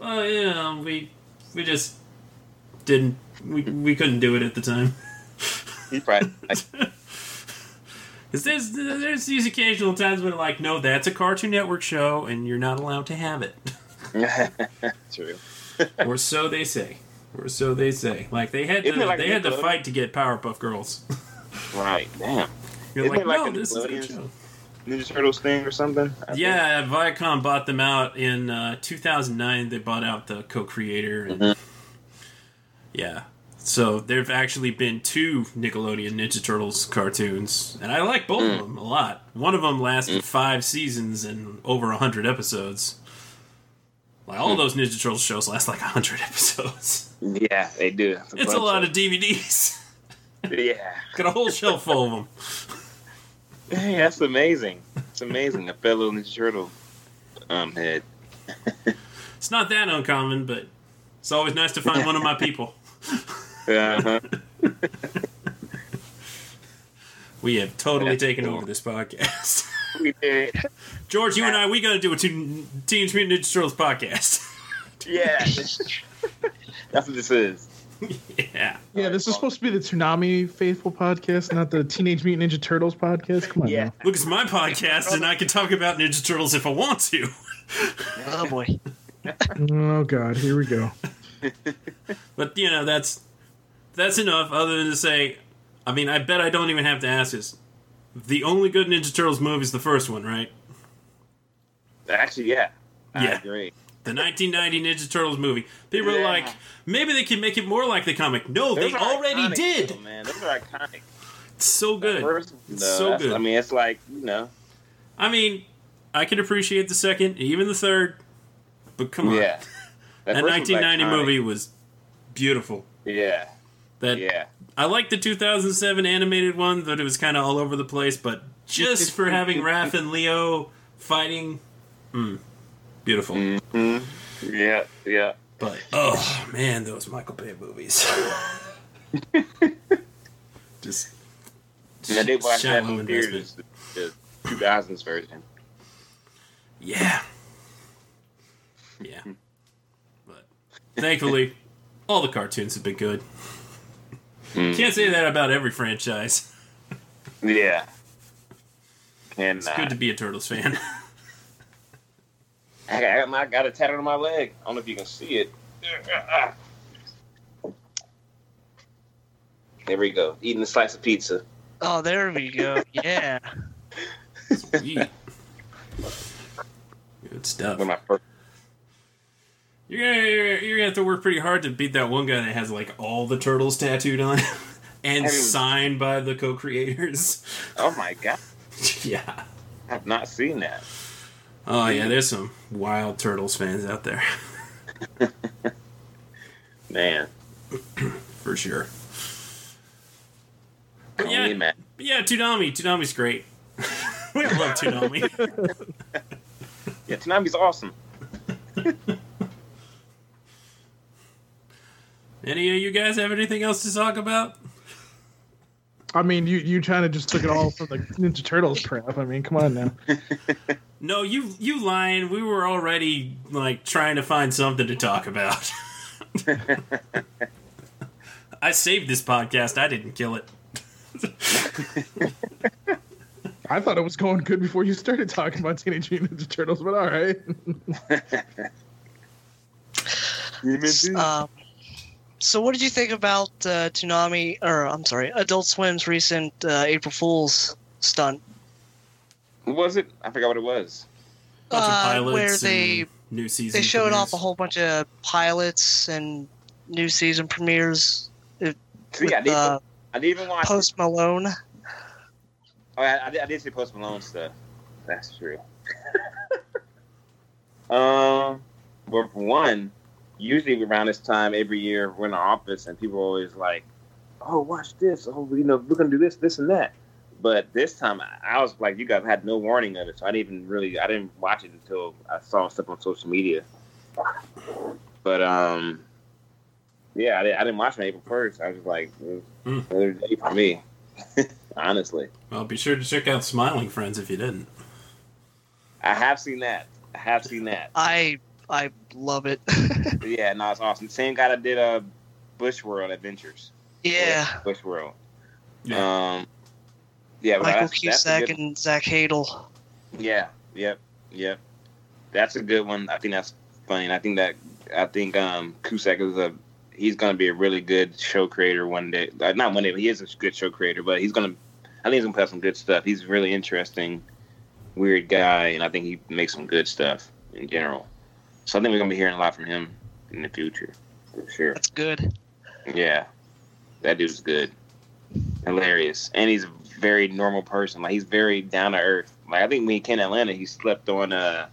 [SPEAKER 2] "Oh yeah, we we just didn't we, we couldn't do it at the time."
[SPEAKER 5] He probably. I,
[SPEAKER 2] 'Cause there's there's these occasional times when like, no, that's a Cartoon Network show, and you're not allowed to have it,
[SPEAKER 5] true.
[SPEAKER 2] or so they say, or so they say. Like they had to
[SPEAKER 5] Isn't it like
[SPEAKER 2] they had to
[SPEAKER 5] Nickelodeon?
[SPEAKER 2] fight to get Powerpuff Girls.
[SPEAKER 5] Right. Damn.
[SPEAKER 2] You're
[SPEAKER 5] Isn't
[SPEAKER 2] like,
[SPEAKER 5] it like
[SPEAKER 2] no,
[SPEAKER 5] a
[SPEAKER 2] this is a good
[SPEAKER 5] Nickelodeon?
[SPEAKER 2] show.
[SPEAKER 5] Ninja Turtles thing or something? I
[SPEAKER 2] Yeah, Viacom bought them out in uh, 2009. They bought out the co-creator. And,
[SPEAKER 5] Mhm.
[SPEAKER 2] Yeah, so there've actually been two Nickelodeon Ninja Turtles cartoons, and I like both of them a lot. One of them lasted five seasons and over hundred episodes. Like all those Ninja Turtles shows last like hundred episodes.
[SPEAKER 5] think. Yeah, they do.
[SPEAKER 2] It's a lot of DVDs.
[SPEAKER 5] Yeah.
[SPEAKER 2] Got a whole shelf full of them.
[SPEAKER 5] Hey, that's amazing. It's amazing. A fellow Ninja Turtle um, head.
[SPEAKER 2] It's not that uncommon, but it's always nice to find one of my people.
[SPEAKER 5] Uh-huh.
[SPEAKER 2] We have totally taken over this podcast.
[SPEAKER 5] we did.
[SPEAKER 2] George, you and I, we got to do a teen- Teenage Mutant Ninja Turtles podcast.
[SPEAKER 5] Yeah. That's what this is.
[SPEAKER 2] yeah.
[SPEAKER 3] Yeah, this is supposed to be the Tsunami Faithful podcast, not the Teenage Mutant Ninja Turtles podcast. Come on,
[SPEAKER 5] Yeah.
[SPEAKER 3] now.
[SPEAKER 2] Look, it's my podcast, and I can talk about Ninja Turtles if I want to.
[SPEAKER 4] Oh boy.
[SPEAKER 3] Oh God, here we go.
[SPEAKER 2] But you know, that's that's enough. Other than to say, I mean, I bet I don't even have to ask this. The only good Ninja Turtles movie is the first one, right?
[SPEAKER 5] Actually, yeah. I
[SPEAKER 2] Yeah.
[SPEAKER 5] agree.
[SPEAKER 2] The 1990 Ninja Turtles movie. People were
[SPEAKER 5] Yeah.
[SPEAKER 2] like, maybe they can make it more like the comic. No,
[SPEAKER 5] Those
[SPEAKER 2] they
[SPEAKER 5] are
[SPEAKER 2] already
[SPEAKER 5] iconic,
[SPEAKER 2] did.
[SPEAKER 5] though, man. Those are iconic.
[SPEAKER 2] It's so good.
[SPEAKER 5] First,
[SPEAKER 2] It's
[SPEAKER 5] no,
[SPEAKER 2] so
[SPEAKER 5] that's-
[SPEAKER 2] good.
[SPEAKER 5] I mean, it's like you know,
[SPEAKER 2] I mean, I can appreciate the second, even the third, but come on,
[SPEAKER 5] yeah.
[SPEAKER 2] that
[SPEAKER 5] That first one's
[SPEAKER 2] 1990
[SPEAKER 5] iconic.
[SPEAKER 2] movie was beautiful.
[SPEAKER 5] Yeah,
[SPEAKER 2] That
[SPEAKER 5] yeah.
[SPEAKER 2] I like the 2007 animated one, that it was kind of all over the place, but just for having Raph and Leo fighting, mm, beautiful.
[SPEAKER 5] Mm. Yeah, yeah.
[SPEAKER 2] But oh man, those Michael Bay movies. just
[SPEAKER 5] And I did watch that
[SPEAKER 2] shallow
[SPEAKER 5] in
[SPEAKER 2] investment.
[SPEAKER 5] theaters, the the 2000s version.
[SPEAKER 2] Yeah. Yeah. But thankfully, all the cartoons have been good. Can't say that about every franchise.
[SPEAKER 5] Yeah. And uh,
[SPEAKER 2] It's good to be a Turtles fan.
[SPEAKER 5] I, got, I, got my, I got a tattoo on my leg. I don't know if you can see it. There we go. Eating a slice of pizza.
[SPEAKER 4] Oh, there we go. Yeah.
[SPEAKER 2] Yeet. good stuff.
[SPEAKER 5] When my first.
[SPEAKER 2] You're gonna, you're, you're gonna have to work pretty hard to beat that one guy that has like all the turtles tattooed on him and
[SPEAKER 5] I mean-
[SPEAKER 2] signed by the co-creators.
[SPEAKER 5] Oh my god!
[SPEAKER 2] yeah.
[SPEAKER 5] I've not seen that.
[SPEAKER 2] Oh yeah, there's some wild turtles fans out there
[SPEAKER 5] Man,
[SPEAKER 2] for sure.
[SPEAKER 5] call
[SPEAKER 2] Yeah.
[SPEAKER 5] me mad.
[SPEAKER 2] But yeah, Toonami. Toonami's great. we love Toonami.
[SPEAKER 5] Yeah, Tanami's awesome.
[SPEAKER 2] Any of you guys have anything else to talk about?
[SPEAKER 3] I mean, you you kind of just took it all from the Ninja Turtles crap. I mean, come on now.
[SPEAKER 2] No, you you lying. We were already like trying to find something to talk about. I saved this podcast. I didn't kill it.
[SPEAKER 3] I thought it was going good before you started talking about Teenage Mutant Ninja Turtles, but all right.
[SPEAKER 4] Um, so, what did you think about uh, Toonami, or I'm sorry, Adult Swim's recent uh, April Fool's stunt?
[SPEAKER 5] What was it? I forgot what it was.
[SPEAKER 2] Bunch of
[SPEAKER 4] Uh,
[SPEAKER 2] pilots
[SPEAKER 4] where they
[SPEAKER 2] and new season.
[SPEAKER 4] they showed off
[SPEAKER 2] premieres.
[SPEAKER 4] a whole bunch of pilots and new season premieres
[SPEAKER 5] See,
[SPEAKER 4] with
[SPEAKER 5] I didn't.
[SPEAKER 4] uh,
[SPEAKER 5] I didn't even watch.
[SPEAKER 4] Post Malone.
[SPEAKER 5] Oh, I, I, did, I did see Post Malone stuff. That's true. um, well, for one, usually around this time every year, we're in the office and people are always like, "Oh, watch this! Oh, you know, we're gonna do this, this, and that." But this time, I, I was like, "You guys had no warning of it, so I didn't even really, I didn't watch it until I saw stuff on social media." But um, yeah, I, didn't- I didn't watch it on April first. I was just like, mm,
[SPEAKER 2] Mm.
[SPEAKER 5] "Another day for me," honestly.
[SPEAKER 2] Well, be sure to check out Smiling Friends if you didn't.
[SPEAKER 5] I have seen that. I have seen that.
[SPEAKER 4] I I love it.
[SPEAKER 5] But yeah, no, it's awesome. Same guy that did uh, Bush World Adventures.
[SPEAKER 4] yeah.
[SPEAKER 5] Bush World.
[SPEAKER 2] Yeah.
[SPEAKER 5] Um, yeah, but
[SPEAKER 4] Michael
[SPEAKER 5] that's, that's a
[SPEAKER 4] Cusack
[SPEAKER 5] good,
[SPEAKER 4] and Zach Hadel.
[SPEAKER 5] Yeah, yep, yep. That's a good one. I think that's funny. And I think that I think um, Cusack is a he's going to be a really good show creator one day. Uh, not one day, but he is a good show creator. But he's going to I think he's going to put out some good stuff. He's a really interesting, weird guy, and I think he makes some good stuff in general. So I think we're going to be hearing a lot from him in the future for sure.
[SPEAKER 4] That's good.
[SPEAKER 5] Yeah, that dude's good, hilarious, and he's a very normal person. Like he's very down to earth. Like I think when he came to Atlanta, he slept on uh,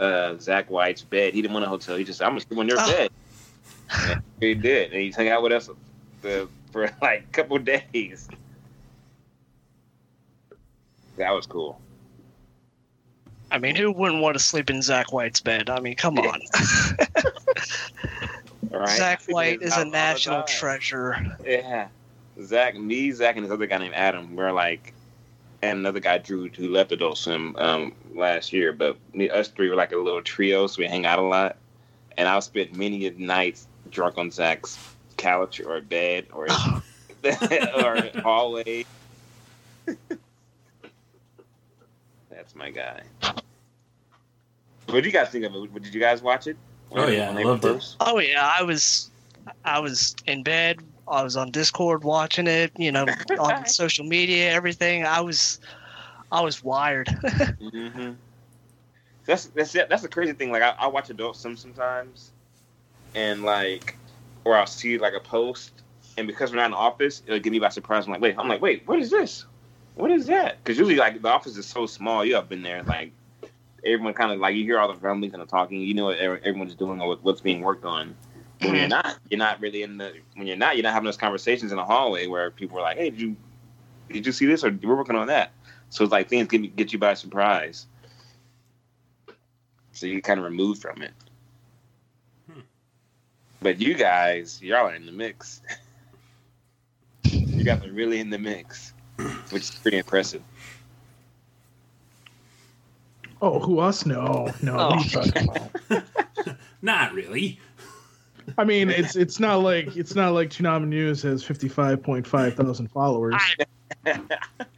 [SPEAKER 5] uh, Zach White's bed. He didn't want a hotel. He just I'm gonna sleep on your
[SPEAKER 4] Oh.
[SPEAKER 5] bed. And he did, and he hung out with us the, for like a couple days. That was cool.
[SPEAKER 4] I mean, who wouldn't want to sleep in Zach White's bed? I mean, come
[SPEAKER 5] Yeah.
[SPEAKER 4] on.
[SPEAKER 5] All right,
[SPEAKER 4] Zach White is
[SPEAKER 5] All
[SPEAKER 4] a
[SPEAKER 5] the
[SPEAKER 4] national
[SPEAKER 5] time.
[SPEAKER 4] treasure.
[SPEAKER 5] Yeah. Zach, me, Zach, and this other guy named Adam were like, and another guy, Drew, who left Adult Swim um, last year. But me, us three were like a little trio, so we hang out a lot. And I've spent many a nights drunk on Zach's couch or bed or or hallway. That's my guy. What do you guys think of it? Did you guys watch it?
[SPEAKER 2] Oh, yeah, I loved it.
[SPEAKER 5] First?
[SPEAKER 4] Oh yeah, I was, I was in bed. I was on Discord watching it. You know, on social media, everything. I was, I was wired.
[SPEAKER 5] hmm that's that's it. That's the crazy thing. Like I, I watch Adult Swim sometimes, and like, or I'll see like a post, and because we're not in the office, it'll get me by surprise. I'm like, wait, I'm like, wait, what is this? What is that? Because usually like the office is so small. You up in there like everyone kind of like you hear all the families and the talking. You know what every- everyone's doing or what- what's being worked on. When you're not, you're not really in the. When you're not, you're not having those conversations in the hallway where people are like, "Hey, did you did you see this?" or "We're working on that." So it's like things get get you by surprise. So you kind of removed from it.
[SPEAKER 2] Hmm.
[SPEAKER 5] But you guys, y'all are in the mix. you guys are really in the mix, which is pretty impressive.
[SPEAKER 3] Oh, who us? No, no. what are you talking about?
[SPEAKER 2] Not really.
[SPEAKER 3] I mean, it's it's not like it's not like Toonami News has fifty five point five thousand followers.
[SPEAKER 4] I-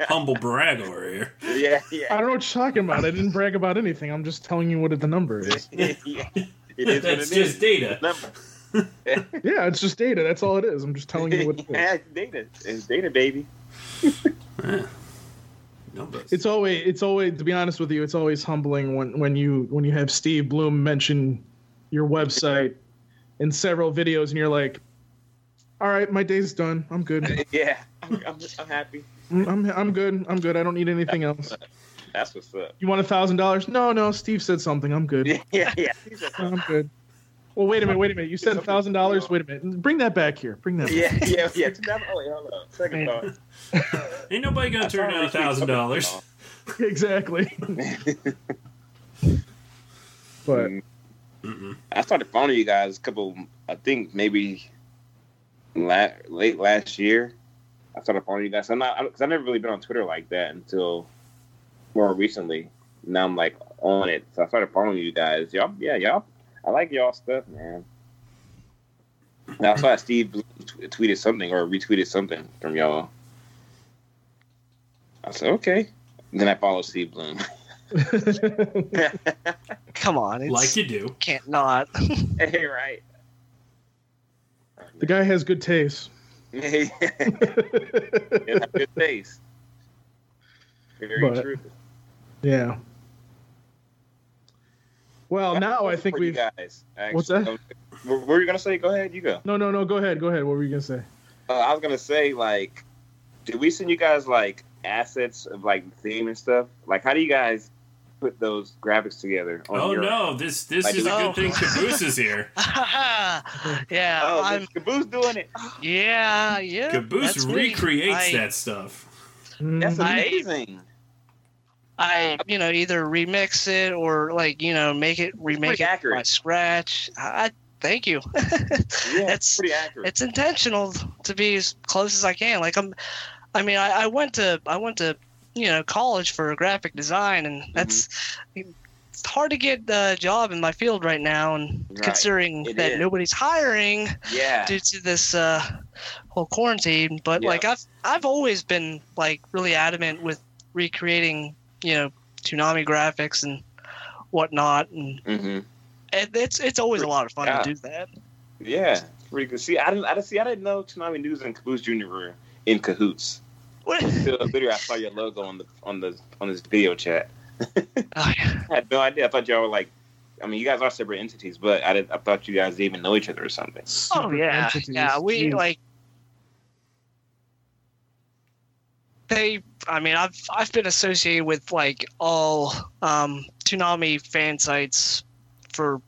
[SPEAKER 2] Humble brag over here.
[SPEAKER 5] Yeah, yeah.
[SPEAKER 3] I don't know what you're talking about. I didn't brag about anything. I'm just telling you what the number is.
[SPEAKER 5] yeah. It is what
[SPEAKER 2] That's just
[SPEAKER 5] it is.
[SPEAKER 2] data.
[SPEAKER 5] Number.
[SPEAKER 3] Yeah, it's just data. That's all it is. I'm just telling you what it is.
[SPEAKER 5] Yeah, it's data. It's data, baby.
[SPEAKER 2] Numbers.
[SPEAKER 3] It's always it's always to be honest with you, it's always humbling when when you when you have Steve Bloom mention your website in several videos, and you're like, "All right, my day's done. I'm good.
[SPEAKER 5] Yeah, I'm, I'm, I'm happy.
[SPEAKER 3] I'm I'm, I'm good. I'm good. I don't need anything else.
[SPEAKER 5] That's what's up.
[SPEAKER 3] You want a thousand dollars? No, no. Steve said something. I'm good.
[SPEAKER 5] Yeah, yeah. yeah.
[SPEAKER 3] I'm good. Well, wait a minute. Wait a minute. You said thousand dollars. Wait a minute. Bring that back here. Bring that. Back.
[SPEAKER 5] Yeah, yeah, yeah. Two thousand- Oh, wait, hold on. Second thought.
[SPEAKER 2] Ain't nobody gonna turn down a thousand dollars.
[SPEAKER 3] Exactly. but
[SPEAKER 5] I started following you guys a couple, I think maybe la- late last year. I started following you guys. I'm not because I've never really been on Twitter like that until more recently. Now I'm like on it, so I started following you guys. Y'all, yeah, y'all. I like y'all stuff, man. Now I saw Steve t- tweeted something or retweeted something from y'all. I said okay. Then I followed Steve Bloom.
[SPEAKER 4] Come on, it's,
[SPEAKER 2] Like you do.
[SPEAKER 4] can't not.
[SPEAKER 5] hey, right.
[SPEAKER 3] the guy has good taste.
[SPEAKER 5] Hey, it have good taste. Very
[SPEAKER 3] But-
[SPEAKER 5] true.
[SPEAKER 3] Yeah. Well, Oh, now I think
[SPEAKER 5] For you
[SPEAKER 3] we've.
[SPEAKER 5] guys. actually.
[SPEAKER 3] What's that?
[SPEAKER 5] What what were you gonna say? Go ahead, you go.
[SPEAKER 3] No, no, no. Go ahead. Go ahead. What were you gonna say?
[SPEAKER 5] Uh, I was gonna say like, did we send you guys like assets of like theme and stuff? Like, how do you guys put those graphics together? On
[SPEAKER 2] Oh
[SPEAKER 5] your
[SPEAKER 2] no, this this
[SPEAKER 5] Like
[SPEAKER 2] is a
[SPEAKER 4] you-
[SPEAKER 2] good thing Caboose is here.
[SPEAKER 4] yeah,
[SPEAKER 5] Oh,
[SPEAKER 4] I'm.
[SPEAKER 5] Caboose doing it.
[SPEAKER 4] Yeah, yeah.
[SPEAKER 2] Caboose
[SPEAKER 4] that's me.
[SPEAKER 2] recreates
[SPEAKER 4] I-
[SPEAKER 2] that stuff.
[SPEAKER 5] That's
[SPEAKER 3] Mm,
[SPEAKER 4] I-
[SPEAKER 5] amazing.
[SPEAKER 4] I, you know, either remix it or like, you know, make it remake
[SPEAKER 5] pretty
[SPEAKER 4] it
[SPEAKER 5] accurate.
[SPEAKER 4] by scratch. I thank you.
[SPEAKER 5] yeah,
[SPEAKER 4] it's-
[SPEAKER 5] it's pretty accurate.
[SPEAKER 4] it's intentional to be as close as I can. Like I'm, I mean, I, I went to I went to you know college for graphic design, and
[SPEAKER 5] Mm-hmm.
[SPEAKER 4] that's it's hard to get a job in my field right now. And
[SPEAKER 5] Right.
[SPEAKER 4] considering
[SPEAKER 5] It
[SPEAKER 4] that
[SPEAKER 5] is.
[SPEAKER 4] nobody's hiring
[SPEAKER 5] yeah,
[SPEAKER 4] due to this uh, whole quarantine, but
[SPEAKER 5] Yeah.
[SPEAKER 4] like I've I've always been like really adamant with recreating you know tsunami graphics and whatnot, and
[SPEAKER 5] hmm
[SPEAKER 4] it, it's it's always a lot of fun
[SPEAKER 5] Yeah.
[SPEAKER 4] to do that.
[SPEAKER 5] yeah. It's Pretty good. See, I didn't. I didn't see. I didn't know Tsunami News and Caboose Junior were in cahoots.
[SPEAKER 4] What?
[SPEAKER 5] Until literally, I saw your logo on the on the on this video chat.
[SPEAKER 4] Oh, yeah.
[SPEAKER 5] I had no idea. I thought y'all were like, I mean, you guys are separate entities, but I didn't. I thought you guys didn't even know each other or something.
[SPEAKER 4] Oh
[SPEAKER 3] super
[SPEAKER 4] yeah,
[SPEAKER 3] entities.
[SPEAKER 4] yeah. We
[SPEAKER 3] Jeez.
[SPEAKER 4] like they. I mean, I've I've been associated with like all um Toonami fan sites for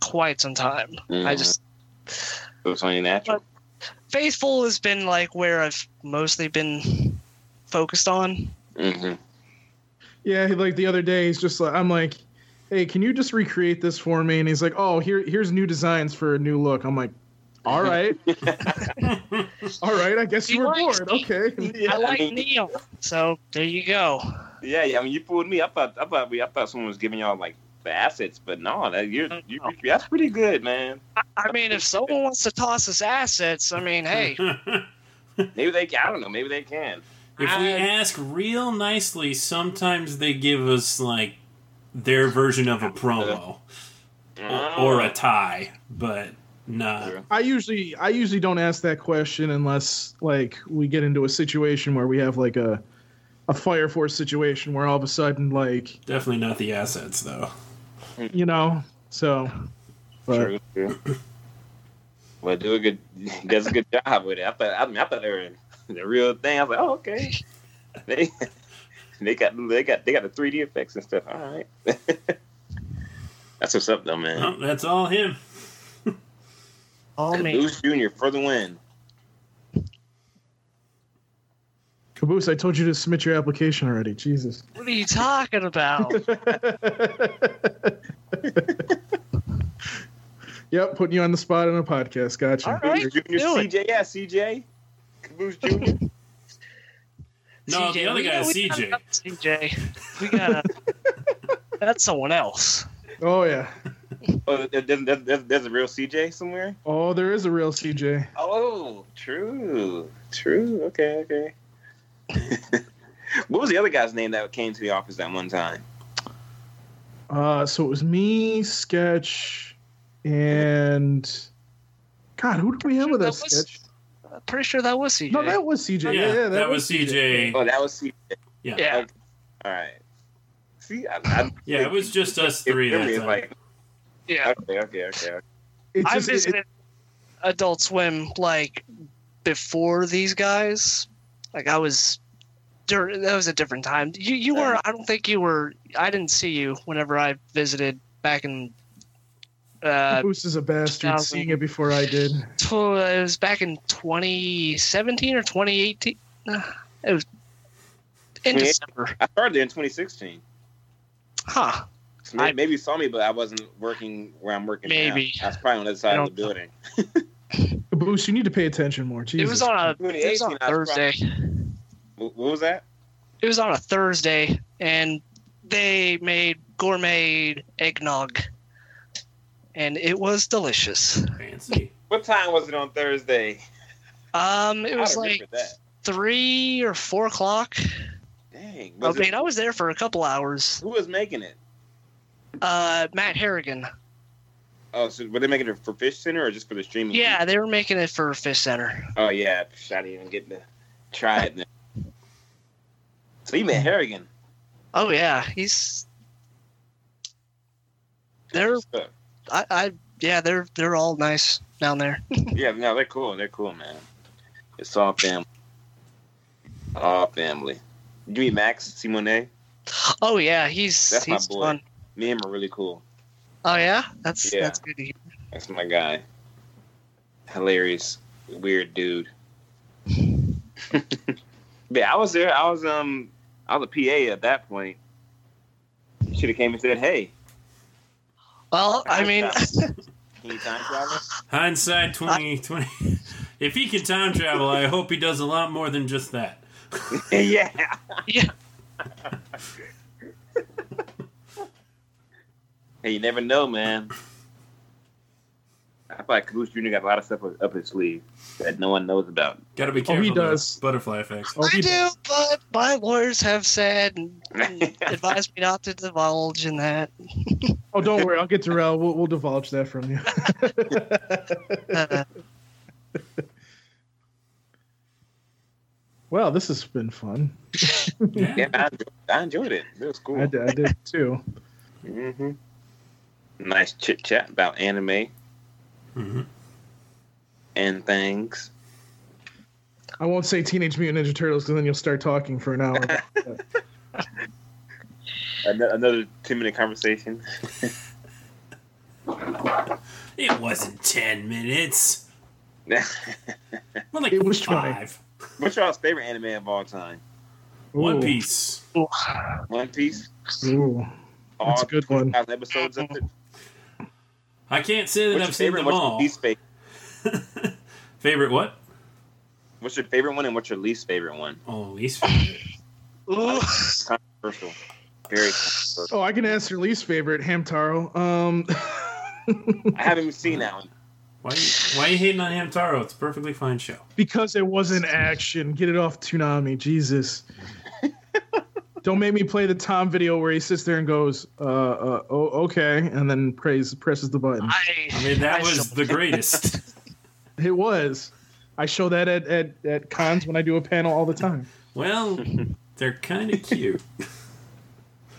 [SPEAKER 4] quite some time.
[SPEAKER 2] Mm-hmm.
[SPEAKER 5] Mm-hmm.
[SPEAKER 4] I just
[SPEAKER 5] it was only natural.
[SPEAKER 4] faithful has been like where I've mostly been focused on.
[SPEAKER 2] Mm-hmm.
[SPEAKER 5] hmm
[SPEAKER 3] Yeah, he- like the other day, he's just like, I'm like, hey, can you just recreate this for me? And he's like, oh, here, here's new designs for a new look. I'm like, all right, all right, I guess you were bored. Okay.
[SPEAKER 5] Yeah,
[SPEAKER 4] I like
[SPEAKER 5] mean,
[SPEAKER 4] Neil. So there you go.
[SPEAKER 5] yeah, yeah. I mean, you fooled me. I thought, I thought, we, I thought someone was giving y'all like the assets, but no, that you're, you that's pretty good, man.
[SPEAKER 4] I mean, if someone wants to toss us assets, I mean, hey,
[SPEAKER 2] if
[SPEAKER 5] Maybe they, I don't know, maybe they can.
[SPEAKER 2] we
[SPEAKER 4] I-
[SPEAKER 2] ask real nicely, sometimes they give us like their version of a promo
[SPEAKER 4] Oh.
[SPEAKER 2] or a tie, but nah.
[SPEAKER 5] True.
[SPEAKER 3] I usually I usually don't ask that question unless like we get into a situation where we have like a a fire force situation where all of a sudden like
[SPEAKER 2] Definitely not the assets though.
[SPEAKER 3] you know. So, but
[SPEAKER 5] True, true. Well, do a good, does a good job with it. I thought, I, mean, I thought they were the real thing. I was like, oh, okay. They, they got, they got, they got the 3D effects and stuff. All right. That's what's up, though, man.
[SPEAKER 2] Oh, that's all him.
[SPEAKER 4] All me.
[SPEAKER 5] Caboose Junior for the win.
[SPEAKER 3] Caboose, I told you to submit your application already. Jesus.
[SPEAKER 4] What are you talking about?
[SPEAKER 3] yep, putting you on the spot on a podcast. Gotcha.
[SPEAKER 4] All right,
[SPEAKER 5] Caboose Junior,
[SPEAKER 4] do it.
[SPEAKER 5] CJ, yeah, CJ, Caboose Junior.
[SPEAKER 2] No, the other
[SPEAKER 4] we-
[SPEAKER 2] guy is
[SPEAKER 4] we gotta
[SPEAKER 2] CJ.
[SPEAKER 4] up CJ. We got to That's someone else.
[SPEAKER 3] Oh yeah.
[SPEAKER 5] oh, there- there- there- there's, there's a real CJ somewhere.
[SPEAKER 3] Oh, there is a real CJ.
[SPEAKER 5] Oh, true, true. Okay, okay. what was the other guy's name that came to the office that one time?
[SPEAKER 3] Uh, so it was me, Sketch, and God, who did we have with us?
[SPEAKER 4] That was-
[SPEAKER 3] Sketch.
[SPEAKER 4] I'm pretty sure that was CJ.
[SPEAKER 3] No, that was CJ.
[SPEAKER 2] Yeah,
[SPEAKER 3] Yeah,
[SPEAKER 2] that, was CJ.
[SPEAKER 5] Oh, that was CJ.
[SPEAKER 4] yeah.
[SPEAKER 5] All right. See, I, I,
[SPEAKER 2] Yeah, it was just us three that
[SPEAKER 5] really is
[SPEAKER 2] time.
[SPEAKER 5] like,
[SPEAKER 4] Yeah.
[SPEAKER 5] okay, okay, okay. okay.
[SPEAKER 3] It
[SPEAKER 4] I
[SPEAKER 3] just, it-
[SPEAKER 4] visited Adult Swim like before these guys. Like I was during that was a different time. You you were I don't think you were I didn't see you whenever I visited back in uh
[SPEAKER 3] Caboose is a bastard.
[SPEAKER 4] 2000.
[SPEAKER 3] Seeing it before I did.
[SPEAKER 4] tw- it was back in 2017 or 2018. Uh, It was in
[SPEAKER 5] Yeah.
[SPEAKER 4] December.
[SPEAKER 5] I started there in 2016.
[SPEAKER 4] Huh.
[SPEAKER 5] So may-
[SPEAKER 4] I-
[SPEAKER 5] maybe you saw me, but I wasn't working where I'm working.
[SPEAKER 4] Maybe.
[SPEAKER 5] now. I was probably on the other side
[SPEAKER 4] I
[SPEAKER 5] of the
[SPEAKER 4] don't-
[SPEAKER 5] building.
[SPEAKER 3] Caboose, you need to pay attention more. Jesus.
[SPEAKER 4] It was on a it was
[SPEAKER 5] 2018,
[SPEAKER 4] on a
[SPEAKER 5] I was
[SPEAKER 4] Thursday.
[SPEAKER 5] Wh- What was that?
[SPEAKER 4] It was on a Thursday and they made gourmet eggnog. And it was delicious.
[SPEAKER 2] Fancy.
[SPEAKER 5] What time was it on Thursday?
[SPEAKER 4] Um, it
[SPEAKER 5] I
[SPEAKER 4] was
[SPEAKER 5] remember
[SPEAKER 4] like
[SPEAKER 5] that.
[SPEAKER 4] three or four o'clock.
[SPEAKER 5] Dang.
[SPEAKER 4] I
[SPEAKER 5] Was
[SPEAKER 4] mean,
[SPEAKER 5] it,
[SPEAKER 4] I was there for a couple hours.
[SPEAKER 5] who was making it?
[SPEAKER 4] Uh, Matt Harrigan.
[SPEAKER 5] Mm-hmm. Oh, so were they making it for Fish Center or just for the streaming?
[SPEAKER 4] Yeah, they were making it for Fish Center.
[SPEAKER 5] Oh yeah, psh, I didn't even get to try it. Then. So you met Harrigan.
[SPEAKER 4] Oh yeah, he's they're
[SPEAKER 5] Stuff.
[SPEAKER 4] I, I yeah they're they're all nice down there.
[SPEAKER 5] Yeah, no, they're cool. They're cool, man. It's all family. All family. You meet Max Simone?
[SPEAKER 4] Oh yeah, he's
[SPEAKER 5] That's my
[SPEAKER 4] he's
[SPEAKER 5] boy.
[SPEAKER 4] fun.
[SPEAKER 5] Me and him are really cool.
[SPEAKER 4] Oh yeah, that's
[SPEAKER 5] Yeah.
[SPEAKER 4] that's good to hear.
[SPEAKER 5] That's my guy. Hilarious, weird dude. yeah, I was there. I was um, I was a PA at that point. You should have came and said, "Hey."
[SPEAKER 4] Well, I mean,
[SPEAKER 5] Can you time travel?
[SPEAKER 2] Hindsight 2020. if he can time travel, I hope he does a lot more than just that.
[SPEAKER 5] yeah.
[SPEAKER 4] yeah,
[SPEAKER 5] Hey, you never know, man. I feel like Caboose Jr. got a lot of stuff up his sleeve that no one knows about.
[SPEAKER 2] Gotta be
[SPEAKER 3] Oh,
[SPEAKER 2] careful.
[SPEAKER 3] he
[SPEAKER 2] though.
[SPEAKER 3] does.
[SPEAKER 2] Butterfly effects.
[SPEAKER 3] Oh,
[SPEAKER 4] I
[SPEAKER 3] he
[SPEAKER 4] do,
[SPEAKER 3] does.
[SPEAKER 4] but my lawyers have said and and advised me not to divulge in that.
[SPEAKER 3] Oh, don't worry. I'll get to Rel. We'll, we'll divulge that from you.
[SPEAKER 4] Uh,
[SPEAKER 3] Wow, this has been fun.
[SPEAKER 2] Yeah.
[SPEAKER 5] Yeah, I enjoyed, I enjoyed it. It was cool.
[SPEAKER 3] I did, I did too.
[SPEAKER 5] hmm Nice chit chat about anime
[SPEAKER 2] Mhm.
[SPEAKER 5] and things.
[SPEAKER 3] I won't say Teenage Mutant Ninja Turtles because then you'll start talking for an hour.
[SPEAKER 5] Ano- Another ten minute conversation.
[SPEAKER 2] It wasn't 10 minutes. More like
[SPEAKER 3] It was 20.
[SPEAKER 2] five.
[SPEAKER 5] What's y'all's favorite anime of all time?
[SPEAKER 3] Ooh.
[SPEAKER 2] One Piece.
[SPEAKER 5] One Piece.
[SPEAKER 3] Ooh.
[SPEAKER 5] All
[SPEAKER 3] That's a good one.
[SPEAKER 5] 25 Episodes of it.
[SPEAKER 2] I can't say that
[SPEAKER 5] What's your
[SPEAKER 2] I've seen
[SPEAKER 5] favorite?
[SPEAKER 2] them
[SPEAKER 5] What's your
[SPEAKER 2] all.
[SPEAKER 5] least favorite?
[SPEAKER 2] Favorite what?
[SPEAKER 5] What's your favorite one and what's your least favorite one?
[SPEAKER 2] Oh, least favorite.
[SPEAKER 4] ooh.
[SPEAKER 5] Controversial. Very controversial.
[SPEAKER 3] Oh, I can ask your least favorite, Hamtaro. Um,
[SPEAKER 5] I haven't even seen that one.
[SPEAKER 2] Why you, why you hating on Hamtaro? It's a perfectly fine show.
[SPEAKER 3] because it was in action. Get it off Toonami, Jesus. Don't make me play the Tom video where he sits there and goes, uh, uh oh, okay, and then prays, presses the button.
[SPEAKER 4] I,
[SPEAKER 2] I mean, that
[SPEAKER 4] I
[SPEAKER 2] was
[SPEAKER 4] still-
[SPEAKER 2] the greatest.
[SPEAKER 3] It was. I show that at, at, at cons when I do a panel all the time.
[SPEAKER 2] well, they're kind of cute.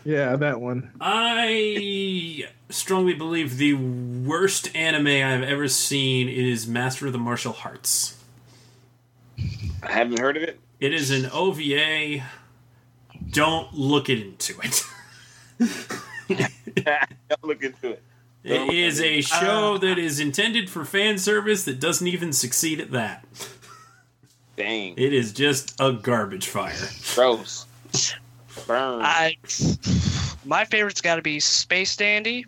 [SPEAKER 3] Yeah, that one.
[SPEAKER 2] I strongly believe the worst anime I've ever seen is Master of the Martial Arts.
[SPEAKER 5] I haven't heard of it.
[SPEAKER 2] It is an OVA. Don't look into it.
[SPEAKER 5] Don't look into it.
[SPEAKER 2] It is
[SPEAKER 5] uh,
[SPEAKER 2] a show that is intended for fan service that doesn't even succeed at that.
[SPEAKER 5] Dang.
[SPEAKER 2] It is just a garbage fire.
[SPEAKER 5] Gross. Burn.
[SPEAKER 4] I my favorite's got to be Space Dandy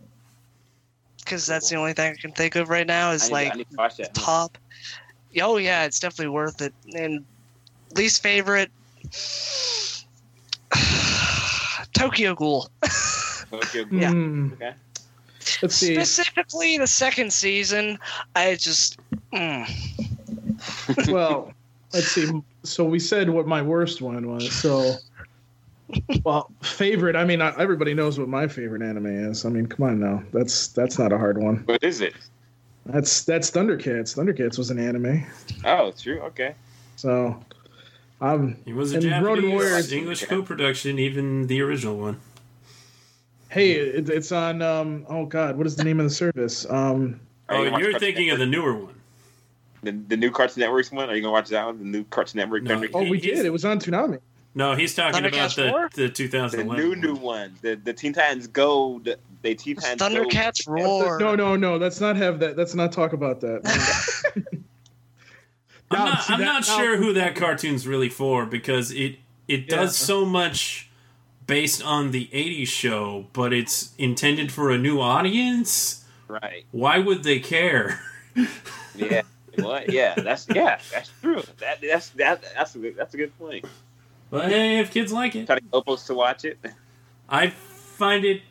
[SPEAKER 4] because that's the only thing I can think of right now
[SPEAKER 5] I
[SPEAKER 4] is
[SPEAKER 5] need- I
[SPEAKER 4] like
[SPEAKER 5] need to watch that.
[SPEAKER 4] top. Oh yeah, it's definitely worth it. And least favorite, Tokyo Ghoul.
[SPEAKER 5] Okay,
[SPEAKER 4] Yeah.
[SPEAKER 3] Hmm.
[SPEAKER 5] okay.
[SPEAKER 3] Let's see.
[SPEAKER 4] Specifically, the second season, I just mm,
[SPEAKER 3] well, let's see. So we said what my worst one was. So, well, favorite. I mean, I- everybody knows what my favorite anime is. I mean, come on now. That's that's not a hard one.
[SPEAKER 5] What is it?
[SPEAKER 3] That's that's Thundercats. Thundercats was an anime.
[SPEAKER 5] Oh, true. Okay.
[SPEAKER 3] So, um,
[SPEAKER 2] It was a
[SPEAKER 3] And Road
[SPEAKER 2] Japanese
[SPEAKER 3] Warriors-
[SPEAKER 2] English co-production, even the original one.
[SPEAKER 3] hey, it, it's on. Um, oh God, what is the name of the service? Um,
[SPEAKER 5] Are
[SPEAKER 2] Oh,
[SPEAKER 5] you gonna watch
[SPEAKER 2] you're
[SPEAKER 5] Cartoon
[SPEAKER 2] thinking of the newer one.
[SPEAKER 5] The, the new Cartoon Network's one? Are you gonna watch that one? The new Cartoon Network?
[SPEAKER 2] No.
[SPEAKER 5] Thundercats?
[SPEAKER 3] oh, we
[SPEAKER 2] He's-
[SPEAKER 3] did. It was on Toonami.
[SPEAKER 2] No, he's talking about
[SPEAKER 4] Thundercats
[SPEAKER 2] the,
[SPEAKER 4] four?
[SPEAKER 2] the
[SPEAKER 5] the
[SPEAKER 2] 2011.
[SPEAKER 5] new new one. The the Teen Titans Go. The, they Teen Titans
[SPEAKER 4] Thundercats
[SPEAKER 5] Go.
[SPEAKER 4] roar.
[SPEAKER 3] No, no, no. Let's not have that. Let's not talk about that.
[SPEAKER 2] I'm
[SPEAKER 3] No,
[SPEAKER 2] not,
[SPEAKER 3] Oh, see,
[SPEAKER 2] I'm
[SPEAKER 3] that-
[SPEAKER 2] not
[SPEAKER 3] no.
[SPEAKER 2] sure who that cartoon's really for because it it
[SPEAKER 3] Yeah.
[SPEAKER 2] does so much based on the 80s show, but it's intended for a new audience.
[SPEAKER 5] Right.
[SPEAKER 2] Why would they care?
[SPEAKER 5] Yeah. what? Yeah. That's yeah. That's true. That that's that that's a good, that's a good point.
[SPEAKER 2] But hey, if kids like it,
[SPEAKER 5] Try to get Opos to watch it.
[SPEAKER 2] I find it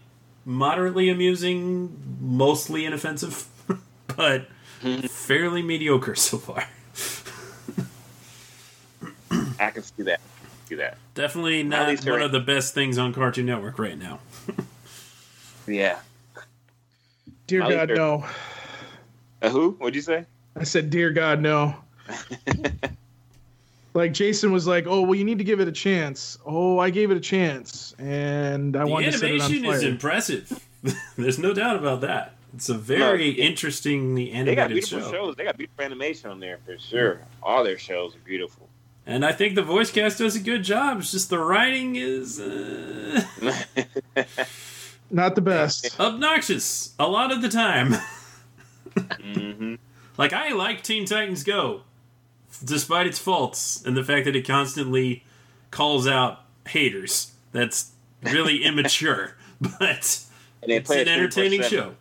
[SPEAKER 2] moderately amusing, mostly inoffensive, but
[SPEAKER 5] Hmm.
[SPEAKER 2] fairly mediocre so far.
[SPEAKER 5] I can see that. See that.
[SPEAKER 2] Definitely
[SPEAKER 5] Well, at
[SPEAKER 2] not
[SPEAKER 5] least
[SPEAKER 2] one
[SPEAKER 5] they're-
[SPEAKER 2] of the best things on Cartoon Network right now.
[SPEAKER 5] Yeah.
[SPEAKER 3] Dear
[SPEAKER 5] I like
[SPEAKER 3] God,
[SPEAKER 5] her.
[SPEAKER 3] no.
[SPEAKER 5] Uh, who? What'd you say?
[SPEAKER 3] I said, "Dear God, no." like Jason was like, "Oh, well, you need to give it a chance." Oh, I gave it a chance, and I
[SPEAKER 2] The
[SPEAKER 3] wanted to set it on
[SPEAKER 2] animation
[SPEAKER 3] fire.
[SPEAKER 2] is impressive. There's no doubt about that. It's a very
[SPEAKER 5] Look, it-
[SPEAKER 2] interestingly
[SPEAKER 5] They got
[SPEAKER 2] animated
[SPEAKER 5] beautiful
[SPEAKER 2] show.
[SPEAKER 5] shows. They got beautiful animation on there for sure. All their shows are beautiful.
[SPEAKER 2] And I think the voice cast does a good job. It's just the writing is uh,
[SPEAKER 3] Not the best.
[SPEAKER 2] obnoxious a lot of the time.
[SPEAKER 5] hmm
[SPEAKER 2] like, I like Teen Titans Go, despite its faults and the fact that it constantly calls out haters. That's really immature, but
[SPEAKER 5] And they
[SPEAKER 2] it's
[SPEAKER 5] play
[SPEAKER 2] an
[SPEAKER 5] it
[SPEAKER 2] entertaining
[SPEAKER 5] 24/7.
[SPEAKER 2] show.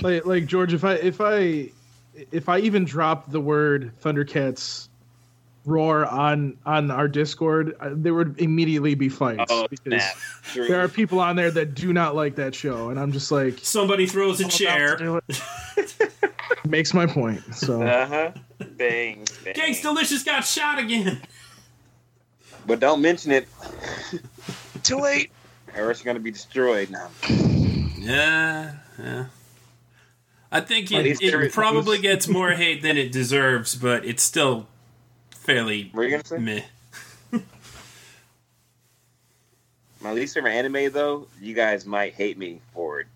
[SPEAKER 3] Like, like George, if I if I if I even dropped the word Thundercats roar on on our Discord, I, there would immediately be fights
[SPEAKER 5] Oh,
[SPEAKER 3] because
[SPEAKER 5] snap. True.
[SPEAKER 3] there are people on there that do not like that show, and I'm just like,
[SPEAKER 2] Somebody throws a
[SPEAKER 4] I'm about to
[SPEAKER 2] chair.
[SPEAKER 4] do it.
[SPEAKER 3] makes my point. So
[SPEAKER 5] Uh huh. Dang. dang.
[SPEAKER 2] Gangs Delicious got shot again.
[SPEAKER 5] But don't mention it,
[SPEAKER 4] Too late.
[SPEAKER 5] or it's gonna be destroyed. Now,
[SPEAKER 2] Yeah, yeah. I think
[SPEAKER 5] At
[SPEAKER 2] it,
[SPEAKER 5] least there
[SPEAKER 2] it
[SPEAKER 5] is-
[SPEAKER 2] probably gets more hate than it deserves, but it's still fairly
[SPEAKER 5] what are you gonna say?
[SPEAKER 2] meh.
[SPEAKER 5] My least favorite anime, though, you guys might hate me for it,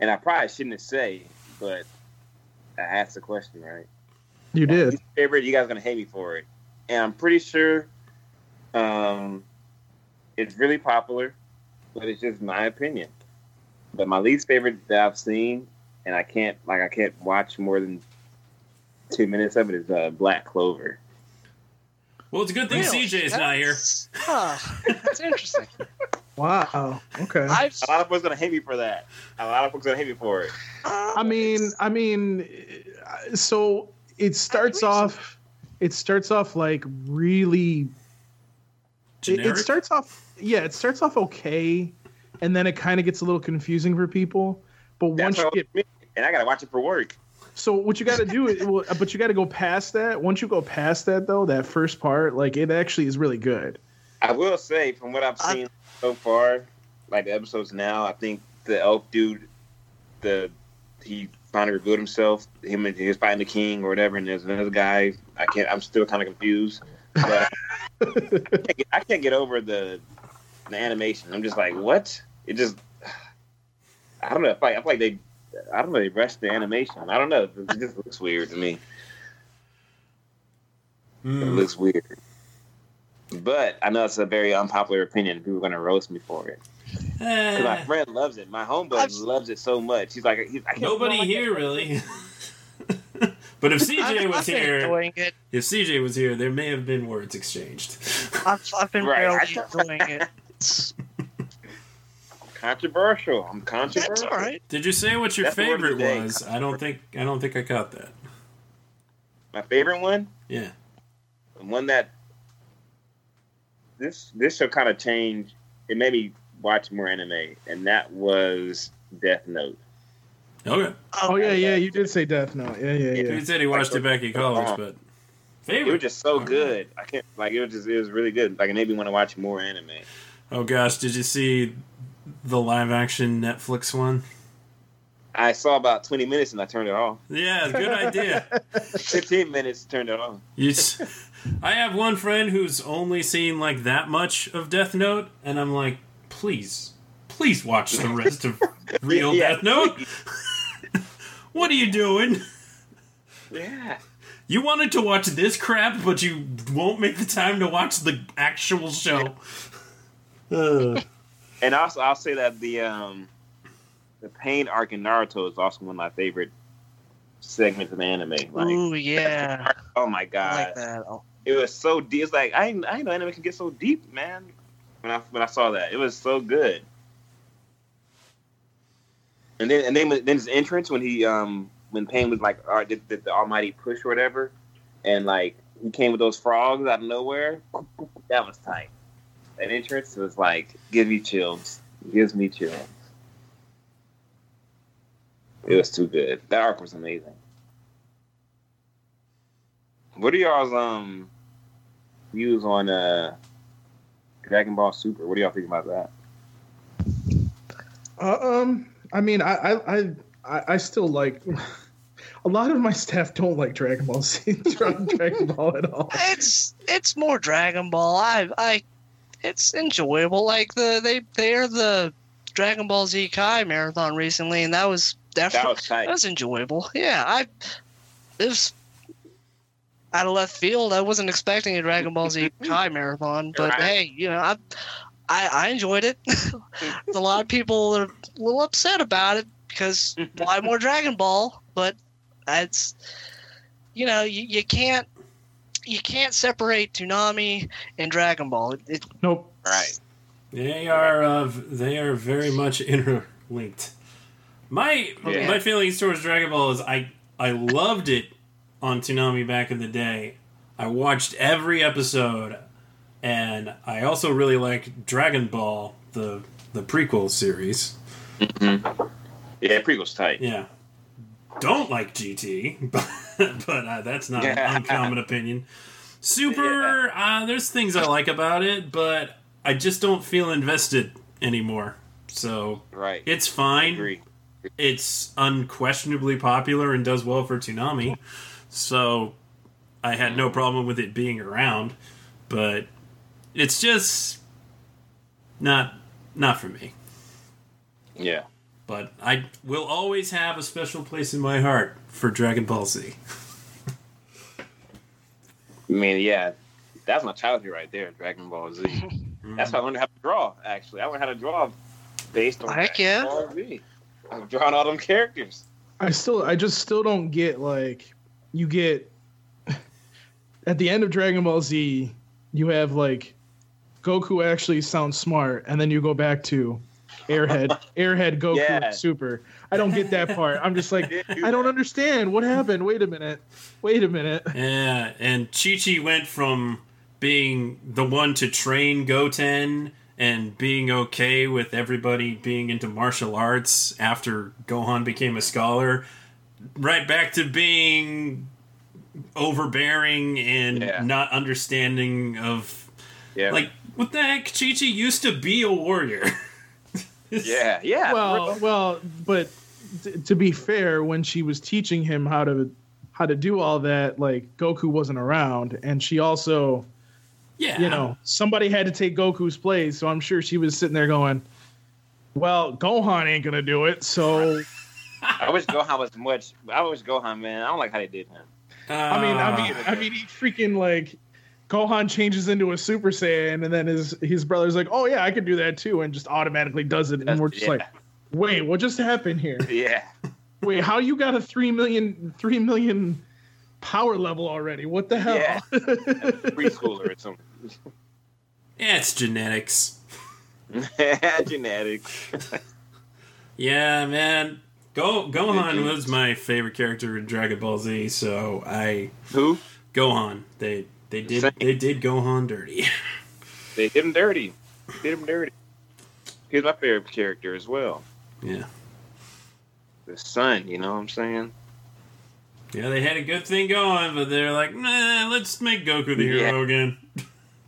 [SPEAKER 5] and I probably shouldn't say, but I asked the question, right?
[SPEAKER 3] you did.
[SPEAKER 5] Least favorite, you guys gonna hate me for it, and I'm pretty sure, um, it's really popular, but it's just my opinion. But my least favorite that I've seen, and I can't like I can't watch more than two minutes of it is uh, Black Clover.
[SPEAKER 2] Well, it's a good thing
[SPEAKER 4] Really?
[SPEAKER 2] CJ's not here.
[SPEAKER 4] That's- Huh. That's interesting.
[SPEAKER 3] Wow. Okay.
[SPEAKER 4] I've
[SPEAKER 5] A lot of folks gonna hate me for that. A lot of folks gonna hate me for it.
[SPEAKER 3] I mean, I mean, uh, so it starts off. It starts off like really. It,
[SPEAKER 2] Generic?
[SPEAKER 3] it starts off, yeah. It starts off okay, and then it kind of gets a little confusing for people. But
[SPEAKER 5] That's
[SPEAKER 3] once you
[SPEAKER 5] how
[SPEAKER 3] get
[SPEAKER 5] it was me, and I gotta watch it for work.
[SPEAKER 3] so what you got to do is, well, uh, but you got to go past that. Once you go past that though, that first part, like it actually is really good.
[SPEAKER 5] I will say, from what I've
[SPEAKER 4] I-
[SPEAKER 5] seen so far, like the episodes now, I think the elf dude, the he finally revealed himself. Him and he was fighting the king or whatever, and there's another guy. I can't. I'm still kind of confused, but I, can't get, I can't get over the the animation. I'm just like, what? It just, I don't know. I feel like, I feel like they, I don't know. They rushed the animation. I don't know. It just looks weird to me. It
[SPEAKER 2] Mm.
[SPEAKER 5] looks weird. But I know it's a very unpopular opinion. People are gonna roast me for it. 'Cause my
[SPEAKER 2] Eh,
[SPEAKER 5] friend loves it. My homeboy
[SPEAKER 4] I've-
[SPEAKER 5] loves it so much. He's like, he's, I can't
[SPEAKER 2] nobody
[SPEAKER 5] like
[SPEAKER 2] here really. but if CJ
[SPEAKER 4] I've,
[SPEAKER 2] was
[SPEAKER 4] I've been
[SPEAKER 2] here,
[SPEAKER 4] enjoying it.
[SPEAKER 2] if CJ was here, there may have been words exchanged.
[SPEAKER 4] I've, I've been
[SPEAKER 5] Right,
[SPEAKER 4] barely
[SPEAKER 5] I-
[SPEAKER 4] enjoying it. It's,
[SPEAKER 5] Controversial. I'm controversial.
[SPEAKER 4] that's all right.
[SPEAKER 2] Did you say what your
[SPEAKER 5] That's the word of the
[SPEAKER 2] favorite
[SPEAKER 5] day.
[SPEAKER 2] was? I don't think I don't think I caught that.
[SPEAKER 5] My favorite one,
[SPEAKER 2] Yeah.
[SPEAKER 5] the one that this this show kind of changed. It made me watch more anime, and that was Death Note.
[SPEAKER 2] Okay.
[SPEAKER 3] Oh yeah, yeah. You did say Death Note. Yeah, yeah, yeah. uh-huh.
[SPEAKER 2] He said he watched it back in college, but
[SPEAKER 5] It was
[SPEAKER 2] favorite.
[SPEAKER 5] just so
[SPEAKER 2] Alright.
[SPEAKER 5] good. I can't like it was just it was really good. Like it made me want to watch more anime.
[SPEAKER 2] Oh gosh, did you see the live action Netflix one?
[SPEAKER 5] I saw about twenty minutes and I turned it off.
[SPEAKER 2] Yeah, good idea.
[SPEAKER 5] Fifteen minutes turned it off.
[SPEAKER 2] You s I I have one friend who's only seen like that much of Death Note, and I'm like, please, please watch the rest of real
[SPEAKER 5] Yeah.
[SPEAKER 2] Death Note. what are you doing?
[SPEAKER 5] Yeah.
[SPEAKER 2] You wanted to watch this crap, but you won't make the time to watch the actual show. Ugh.
[SPEAKER 5] And also, I'll say that the um, the pain arc in Naruto is also one of my favorite segments of anime. Like,
[SPEAKER 4] Ooh, yeah.
[SPEAKER 5] oh
[SPEAKER 4] Mm.
[SPEAKER 5] my
[SPEAKER 4] I
[SPEAKER 5] god,
[SPEAKER 4] like that. Oh,
[SPEAKER 5] it was so deep. It's like I didn't- I didn't know anime can get so deep, man. When I when I saw that, it was so good. And then and then then his entrance when he um when Pain was like all right, did, did the Almighty push or whatever, and like he came with those frogs out of nowhere. That was tight. That entrance was like give you chills, gives me chills. It was too good. That arc was amazing. What are y'all's um views on uh Dragon Ball Super? What do y'all think about that?
[SPEAKER 3] Uh, um, I mean, I, I, I, I- I still like. A lot of my staff don't like Dragon Ball Z, Dragon Ball at all.
[SPEAKER 4] It's it's more Dragon Ball. I I it's enjoyable. Like the they they are the Dragon Ball Z Kai marathon recently, and that was
[SPEAKER 5] That
[SPEAKER 4] definitely
[SPEAKER 5] was tight.
[SPEAKER 4] that was enjoyable. Yeah, I it was out of left field. I wasn't expecting a Dragon Ball Z Kai marathon, but
[SPEAKER 5] Right.
[SPEAKER 4] hey, you know I I, I enjoyed it. a lot of people are a little upset about it because why more Dragon Ball? But it's you know you, you can't you can't separate Toonami and Dragon Ball. It, it,
[SPEAKER 3] Nope.
[SPEAKER 5] Right.
[SPEAKER 2] They are of they are very much interlinked. My
[SPEAKER 5] Yeah.
[SPEAKER 2] my feelings towards Dragon Ball is I I loved it on Toonami back in the day. I watched every episode, and I also really like Dragon Ball the the prequel series.
[SPEAKER 5] Yeah, prequel's tight.
[SPEAKER 2] Yeah, don't like GT, but, but uh, that's not
[SPEAKER 5] Yeah.
[SPEAKER 2] an uncommon opinion. Super, uh, there's things I like about it, but I just don't feel invested anymore. So
[SPEAKER 5] Right.
[SPEAKER 2] it's fine.
[SPEAKER 5] Agree.
[SPEAKER 2] It's unquestionably popular and does well for Toonami. So I had no problem with it being around, but it's just not not for me.
[SPEAKER 5] Yeah.
[SPEAKER 2] But I will always have a special place in my heart for Dragon Ball Z.
[SPEAKER 5] I mean, yeah. That's my childhood right there, Dragon Ball Z. That's how I learned how to draw, actually. I learned how to draw based on
[SPEAKER 4] Heck yeah.
[SPEAKER 5] Dragon Ball Z. I'm drawing all them characters.
[SPEAKER 3] I still, I just still don't get like, you get at the end of Dragon Ball Z, you have like, Goku actually sounds smart, and then you go back to Airhead, Airhead Goku
[SPEAKER 5] Yeah.
[SPEAKER 3] Super. I don't get that part. I'm just like,
[SPEAKER 5] Did do
[SPEAKER 3] I don't
[SPEAKER 5] that.
[SPEAKER 3] understand what happened. Wait a minute. Wait a minute.
[SPEAKER 2] Yeah, and Chi Chi went from being the one to train Goten and being okay with everybody being into martial arts after Gohan became a scholar, right back to being overbearing and
[SPEAKER 5] Yeah.
[SPEAKER 2] not understanding of
[SPEAKER 5] Yeah.
[SPEAKER 2] like what the heck Chi Chi used to be a warrior.
[SPEAKER 5] yeah, yeah.
[SPEAKER 3] well, well, but t- to be fair, when she was teaching him how to how to do all that, like Goku wasn't around, and she also
[SPEAKER 2] Yeah.
[SPEAKER 3] you know, somebody had to take Goku's place, so I'm sure she was sitting there going, "Well, Gohan ain't gonna do it." So
[SPEAKER 5] I wish Gohan was much. I wish Gohan, man. I don't like how they did him.
[SPEAKER 2] Uh,
[SPEAKER 3] I mean, I mean, I mean, he freaking like Gohan changes into a Super Saiyan, and then his his brother's like, "Oh yeah, I could do that too," and just automatically does it, and we're just
[SPEAKER 5] Yeah.
[SPEAKER 3] like, "Wait, what just happened here?
[SPEAKER 5] Yeah.
[SPEAKER 3] Wait, how you got a three million three million power level already? What the hell?"
[SPEAKER 5] Yeah. Preschooler or something.
[SPEAKER 2] yeah, it's genetics.
[SPEAKER 5] Genetics.
[SPEAKER 2] Yeah, man. Go Gohan
[SPEAKER 5] Genetics.
[SPEAKER 2] was my favorite character in Dragon Ball Z, so I
[SPEAKER 5] Who?
[SPEAKER 2] Gohan. They they did
[SPEAKER 5] Same.
[SPEAKER 2] they did Gohan dirty.
[SPEAKER 5] They did him dirty. Did him dirty. He's my favorite character as well.
[SPEAKER 2] yeah.
[SPEAKER 5] The son, you know what I'm saying?
[SPEAKER 2] Yeah, they had a good thing going, but they're like, nah, let's make Goku the
[SPEAKER 5] Yeah.
[SPEAKER 2] hero again.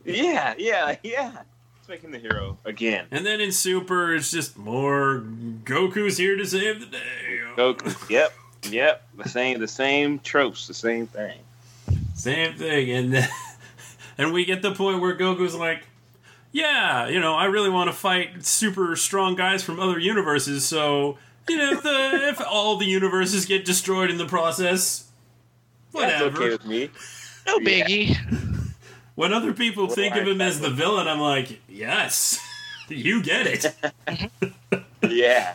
[SPEAKER 5] Yeah, yeah, yeah. Let's make him the hero again.
[SPEAKER 2] And then in Super, it's just more Goku's here to save the day.
[SPEAKER 5] Goku. Yep, yep. The same, the same tropes, the same thing.
[SPEAKER 2] Same thing, and then, and we get the point where Goku's like, "Yeah, you know, I really want to fight super strong guys from other universes. So, you know, if, the, if all the universes get destroyed in the process,
[SPEAKER 5] That's
[SPEAKER 2] whatever.
[SPEAKER 5] okay with me.
[SPEAKER 4] No biggie.
[SPEAKER 2] When other people
[SPEAKER 5] Well,
[SPEAKER 2] think of him
[SPEAKER 5] I-
[SPEAKER 2] as the villain, I'm like, yes, you get it.
[SPEAKER 5] Yeah.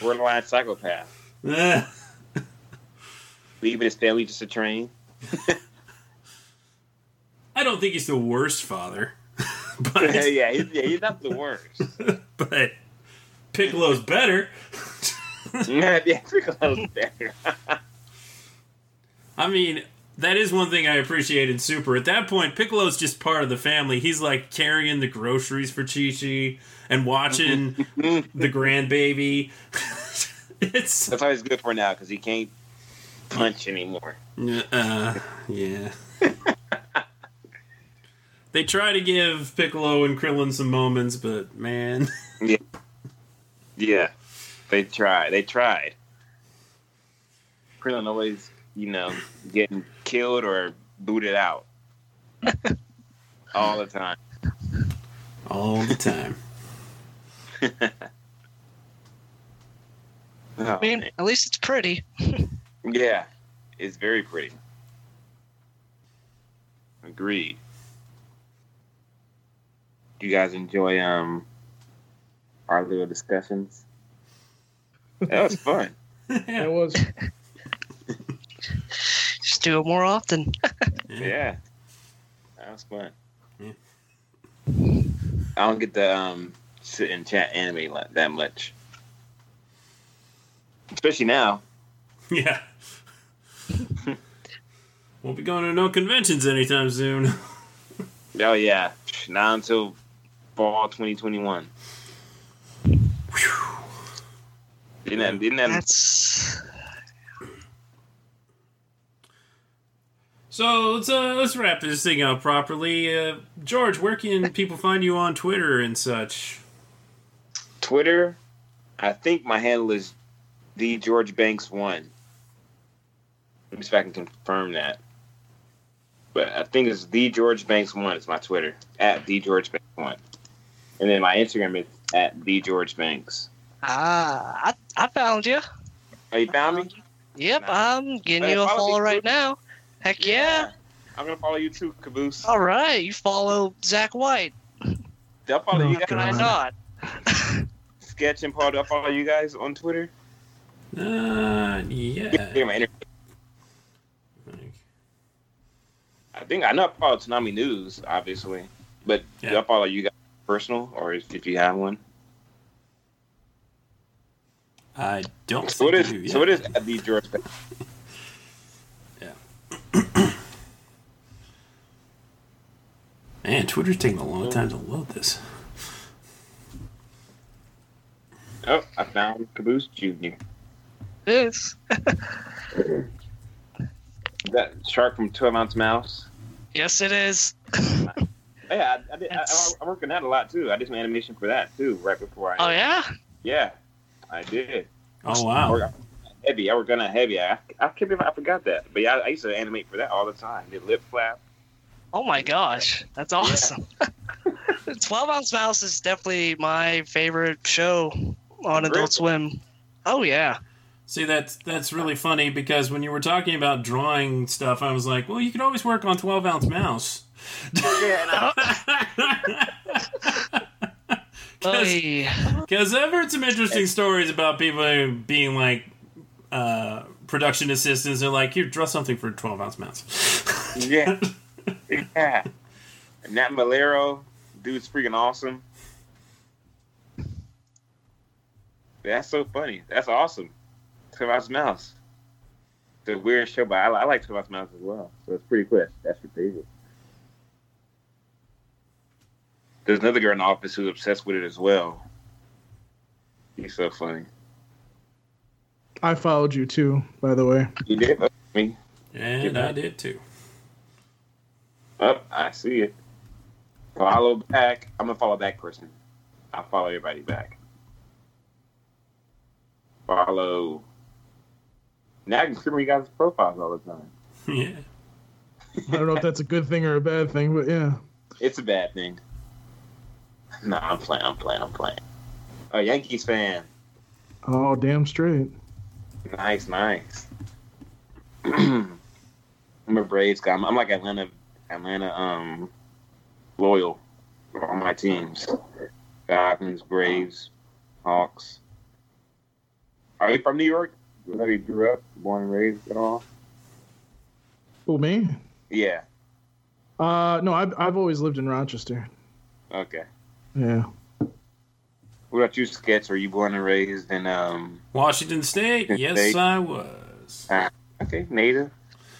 [SPEAKER 5] Borderline psychopath.
[SPEAKER 2] Eh,
[SPEAKER 5] Leave it as family just a train.
[SPEAKER 2] I don't think he's the worst father, but
[SPEAKER 5] yeah, he's, yeah, he's not the worst.
[SPEAKER 2] but Piccolo's better.
[SPEAKER 5] yeah, yeah, Piccolo's better.
[SPEAKER 2] I mean, that is one thing I appreciate in Super. At that point, Piccolo's just part of the family. He's like carrying the groceries for Chi Chi and watching the grandbaby. it's
[SPEAKER 5] That's all he's good for now because he can't punch anymore.
[SPEAKER 2] uh, yeah. they try to give Piccolo and Krillin some moments, but man,
[SPEAKER 5] Yeah, they tried. They tried. Krillin always, you know, getting killed or booted out all the time.
[SPEAKER 2] all the time.
[SPEAKER 5] Oh,
[SPEAKER 4] I mean,
[SPEAKER 5] man.
[SPEAKER 4] at least it's pretty.
[SPEAKER 5] yeah, it's very pretty. Agreed. Do you guys enjoy um our little discussions? That was fun.
[SPEAKER 3] That was
[SPEAKER 4] Just do it more often.
[SPEAKER 5] Yeah, that was fun.
[SPEAKER 2] Yeah.
[SPEAKER 5] I don't get to um, sit and chat anime like that much, especially now.
[SPEAKER 2] Yeah. Won't be going to no conventions anytime soon.
[SPEAKER 5] Oh yeah, not until fall 2021. Didn't that, didn't that
[SPEAKER 4] That's
[SPEAKER 2] So let's uh, let's wrap this thing up properly. Uh, George, where can people find you on Twitter and such?
[SPEAKER 5] Twitter? I think my handle is the George Banks one. Let me see if I can confirm that. But I think it's the George Banks one. It's my Twitter at the George Banks one, and then my Instagram is at the George Banks.
[SPEAKER 4] ah, I, I found you.
[SPEAKER 5] Oh, you found me?
[SPEAKER 4] Yep,
[SPEAKER 5] Nah.
[SPEAKER 4] I'm getting
[SPEAKER 5] Hey,
[SPEAKER 4] you a
[SPEAKER 5] follow me,
[SPEAKER 4] follow right
[SPEAKER 5] dude.
[SPEAKER 4] now. Heck yeah!
[SPEAKER 5] I'm gonna follow you too, Caboose.
[SPEAKER 4] All right, you follow Zach White.
[SPEAKER 5] I'll follow you
[SPEAKER 3] How
[SPEAKER 4] Can I
[SPEAKER 5] guys.
[SPEAKER 4] not?
[SPEAKER 5] Sketch and Paul. Do I follow you guys on Twitter?
[SPEAKER 2] Uh,
[SPEAKER 5] Give
[SPEAKER 2] yeah.
[SPEAKER 5] me my interview. I think I know I follow Tsunami News, obviously, but do
[SPEAKER 2] Yeah.
[SPEAKER 5] I follow you guys personal or if if you have one?
[SPEAKER 2] I don't.
[SPEAKER 5] So it
[SPEAKER 2] think I do
[SPEAKER 5] is.
[SPEAKER 2] yet.
[SPEAKER 5] So it is at the George Banks.
[SPEAKER 2] Man, Twitter's taking a long time to load this.
[SPEAKER 5] Oh, I found Caboose Junior.
[SPEAKER 4] Yes.
[SPEAKER 5] That shark from Twelve Ounce Mouse.
[SPEAKER 4] Yes, it is.
[SPEAKER 5] Oh, Yeah, I, I, did, I, I,
[SPEAKER 4] That's-
[SPEAKER 5] I worked on that a lot too. I did some animation for that too, right before I.
[SPEAKER 4] Oh yeah.
[SPEAKER 5] Yeah, I did.
[SPEAKER 2] Oh
[SPEAKER 5] I
[SPEAKER 2] wow.
[SPEAKER 5] worked on heavy. I worked on that heavy. I, I can't believe I forgot that. But yeah, I, I used to animate for that all the time. Did lip flap,
[SPEAKER 4] Oh my gosh, that's awesome. Twelve Ounce Mouse is definitely my favorite show on
[SPEAKER 5] Really?
[SPEAKER 4] Adult Swim. Oh yeah,
[SPEAKER 2] See, that's that's really funny because when you were talking about drawing stuff, I was like, well, you could always work on twelve ounce mouse.
[SPEAKER 5] Yeah,
[SPEAKER 4] Hey,
[SPEAKER 2] Because I've heard some interesting stories about people who being like uh, production assistants. They're like, here, draw something for twelve ounce mouse.
[SPEAKER 5] yeah, yeah. And that Malero dude's freaking awesome. That's so funny. That's awesome. Tobias Mouse. It's a weird show, but I, I like Tobias Mouse as well. So it's pretty quick. That's your favorite. There's another girl in the office who's obsessed with it as well. He's so funny.
[SPEAKER 3] I followed you too, by the way.
[SPEAKER 5] You did? Oh, me?
[SPEAKER 2] and I did too.
[SPEAKER 5] Up, I see it. Follow back. I'm a follow back person. I follow everybody back. Follow. Now I can scream you guys' profiles all the time.
[SPEAKER 2] yeah.
[SPEAKER 3] I don't know if that's a good thing or a bad thing, but yeah.
[SPEAKER 5] It's a bad thing. No, I'm playing. I'm playing. I'm playing. Oh, Yankees fan.
[SPEAKER 3] Oh, damn straight.
[SPEAKER 5] Nice, nice. I'm a Braves guy. I'm, I'm like Atlanta, Atlanta um, loyal for all my teams. Falcons, Braves, Hawks. Are you from New York? Was that where you grew up, born and raised at all?
[SPEAKER 3] Oh, me?
[SPEAKER 5] Yeah.
[SPEAKER 3] Uh, no, I've, I've always lived in Rochester.
[SPEAKER 5] Okay.
[SPEAKER 3] Yeah.
[SPEAKER 5] What about you, Sketch? Were you born and raised in um?
[SPEAKER 2] Washington State. Yes,
[SPEAKER 5] State.
[SPEAKER 2] I was.
[SPEAKER 5] Okay, native.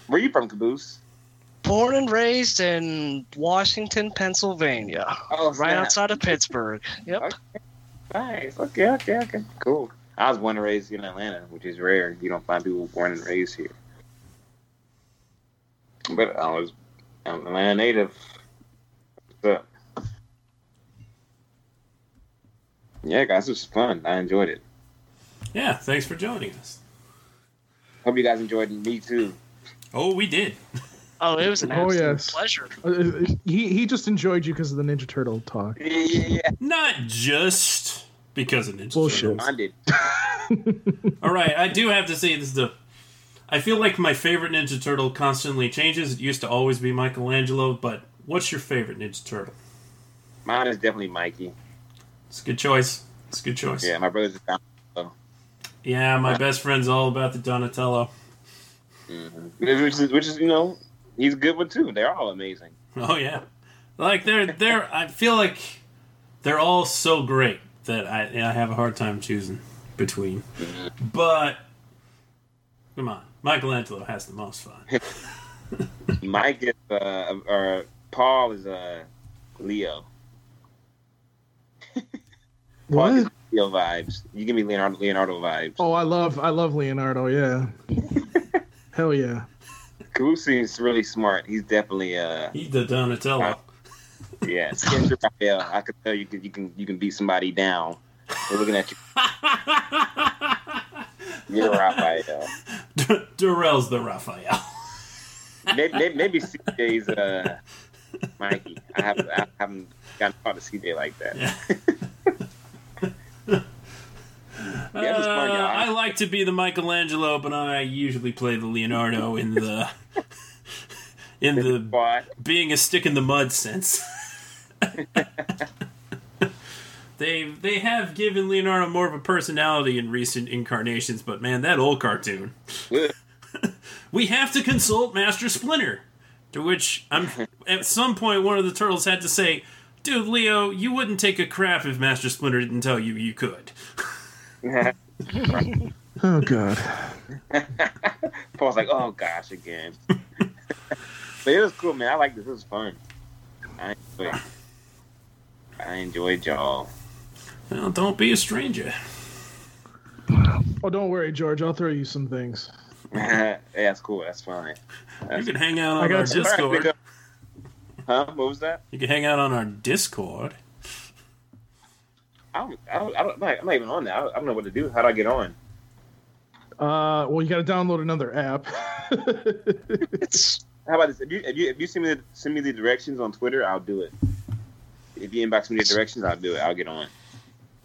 [SPEAKER 5] Where you from, Caboose?
[SPEAKER 4] born and raised in Washington, Pennsylvania,
[SPEAKER 5] Oh,
[SPEAKER 4] right
[SPEAKER 5] snap.
[SPEAKER 4] outside of Pittsburgh. Yep.
[SPEAKER 5] Nice. Okay, okay, okay. Cool. I was born and raised in Atlanta, which is rare. You don't find people born and raised here. But I was I'm an Atlanta native. What's up? Yeah, guys, it was fun. I enjoyed it.
[SPEAKER 2] Yeah. Thanks for joining us.
[SPEAKER 5] Hope you guys enjoyed me too.
[SPEAKER 2] Oh, we did.
[SPEAKER 4] Oh, it was an
[SPEAKER 3] Oh,
[SPEAKER 4] absolute
[SPEAKER 3] yes.
[SPEAKER 4] pleasure.
[SPEAKER 3] Uh, He, he just enjoyed you because of the Ninja Turtle talk.
[SPEAKER 5] Yeah, yeah, yeah.
[SPEAKER 2] Not just because of Ninja
[SPEAKER 3] Bullshit.
[SPEAKER 2] Turtles.
[SPEAKER 5] I did.
[SPEAKER 2] All right, I do have to say this is the. I feel like my favorite Ninja Turtle constantly changes. It used to always be Michelangelo, but what's your favorite Ninja Turtle?
[SPEAKER 5] Mine is definitely Mikey.
[SPEAKER 2] It's a good choice. It's a good choice.
[SPEAKER 5] Yeah, my brother's a
[SPEAKER 2] Yeah, my best friend's all about the Donatello.
[SPEAKER 5] Which is, which is, you know, he's a good one too. They're all amazing.
[SPEAKER 2] Oh yeah, like they're they're. I feel like they're all so great that I I have a hard time choosing between. But come on, Michelangelo has the most fun.
[SPEAKER 5] Mike is uh or Paul is uh Leo. Paul gives
[SPEAKER 3] What?
[SPEAKER 5] me Leo vibes. You give me Leonardo Leonardo vibes.
[SPEAKER 3] Oh, I love I love Leonardo. Yeah. Hell yeah.
[SPEAKER 5] Carusi is really smart. He's definitely uh
[SPEAKER 2] He's the Donatello.
[SPEAKER 5] yeah. Spencer Raphael. I could tell you could- you can you can beat somebody down. They're looking at you. You're Raphael.
[SPEAKER 2] Durrell's the Raphael.
[SPEAKER 5] Maybe maybe, maybe CJ's uh Mikey. I haven't I haven't gotten caught to CJ like that.
[SPEAKER 2] Yeah.
[SPEAKER 5] Yeah, that's fine,
[SPEAKER 2] Uh,
[SPEAKER 5] yeah.
[SPEAKER 2] I like to be the Michelangelo, but I usually play the Leonardo in the in the
[SPEAKER 5] Squad.
[SPEAKER 2] being a stick in the mud sense. they they have given Leonardo more of a personality in recent incarnations, but man, that old cartoon.
[SPEAKER 5] Ugh.
[SPEAKER 2] We have to consult Master Splinter, to which I'm at some point one of the turtles had to say, "Dude, Leo, you wouldn't take a crap if Master Splinter didn't tell you you could."
[SPEAKER 3] Oh god.
[SPEAKER 5] Paul's like, oh gosh, again. but it was cool, man. I like this. It was fun. I enjoyed, I enjoyed y'all.
[SPEAKER 2] Well, don't be a stranger.
[SPEAKER 3] Oh, don't worry, George. I'll throw you some things.
[SPEAKER 5] yeah, that's cool. That's fine.
[SPEAKER 2] You can hang out
[SPEAKER 3] I
[SPEAKER 2] on
[SPEAKER 3] got
[SPEAKER 2] our
[SPEAKER 3] some-
[SPEAKER 2] Discord.
[SPEAKER 5] Huh? What was that?
[SPEAKER 2] You can hang out on our Discord.
[SPEAKER 5] I don't, I don't, I don't, I'm, not, I'm not even on that. I don't, I don't know what to do. How do I get on?
[SPEAKER 3] Uh, well, you got to download another app.
[SPEAKER 4] It's
[SPEAKER 5] how about this? If you if you, if you send me the, send me the directions on Twitter, I'll do it. If you inbox me the directions, I'll do it. I'll get on.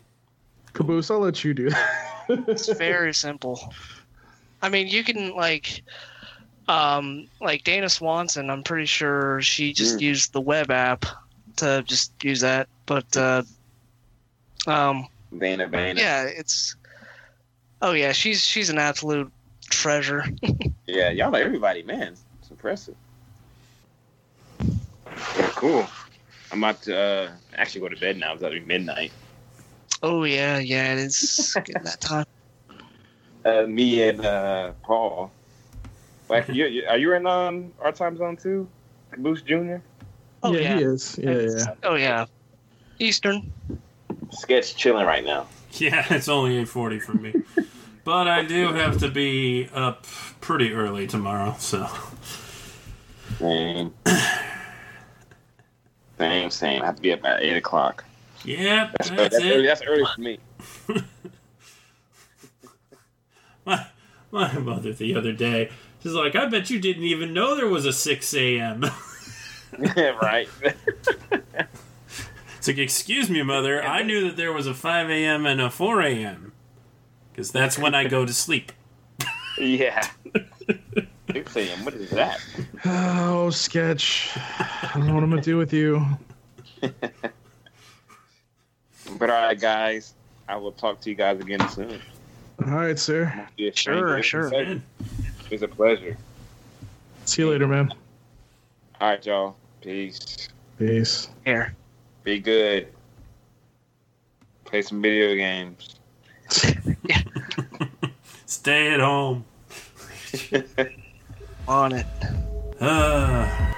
[SPEAKER 3] Caboose, I'll let you do that.
[SPEAKER 4] It's very simple. I mean, you can like, um, like Dana Swanson. I'm pretty sure she just
[SPEAKER 5] Mm.
[SPEAKER 4] used the web app to just use that. But uh, um,
[SPEAKER 5] Vanna Vanna.
[SPEAKER 4] yeah, it's. Oh yeah, she's she's an absolute treasure.
[SPEAKER 5] Yeah, y'all know everybody, man. It's impressive. Yeah, cool. I'm about to uh, actually go to bed now. It's about to be midnight.
[SPEAKER 4] Oh yeah, yeah, it is getting that time.
[SPEAKER 5] Uh, me and uh, Paul. Like, you, you, are you in um, our time zone too, Caboose Junior?
[SPEAKER 4] Oh
[SPEAKER 3] yeah,
[SPEAKER 4] yeah.
[SPEAKER 3] he is. Yeah, yeah.
[SPEAKER 4] Oh yeah. Eastern.
[SPEAKER 5] Sketch chilling right now.
[SPEAKER 2] Yeah, it's only 8:40 for me. but I do have to be up pretty early tomorrow, so
[SPEAKER 5] Same. same, same. I have to be up at eight o'clock.
[SPEAKER 2] yeah,
[SPEAKER 5] That's,
[SPEAKER 2] that's
[SPEAKER 5] Oh, that's early.
[SPEAKER 2] it.
[SPEAKER 5] That's early for me.
[SPEAKER 2] My, my mother the other day, she's like, "I bet you didn't even know there was a 6 a.m."
[SPEAKER 5] right.
[SPEAKER 2] It's like, excuse me, mother. I knew that there was a 5 a.m. and a 4 a.m. Because that's when I go to sleep.
[SPEAKER 5] yeah. Six a.m. What is that?
[SPEAKER 3] Oh, sketch. I don't know what I'm gonna do with you.
[SPEAKER 5] But all right, guys. I will talk to you guys again soon.
[SPEAKER 3] All right, sir.
[SPEAKER 5] Yeah, thank
[SPEAKER 4] Sure,
[SPEAKER 5] you.
[SPEAKER 4] sure.
[SPEAKER 2] Man,
[SPEAKER 5] It's a pleasure.
[SPEAKER 3] See you later, man.
[SPEAKER 5] All right, y'all. Peace.
[SPEAKER 3] Peace.
[SPEAKER 4] Here.
[SPEAKER 5] Be good. Play some video games.
[SPEAKER 2] stay at home.
[SPEAKER 4] On it.
[SPEAKER 2] Ah.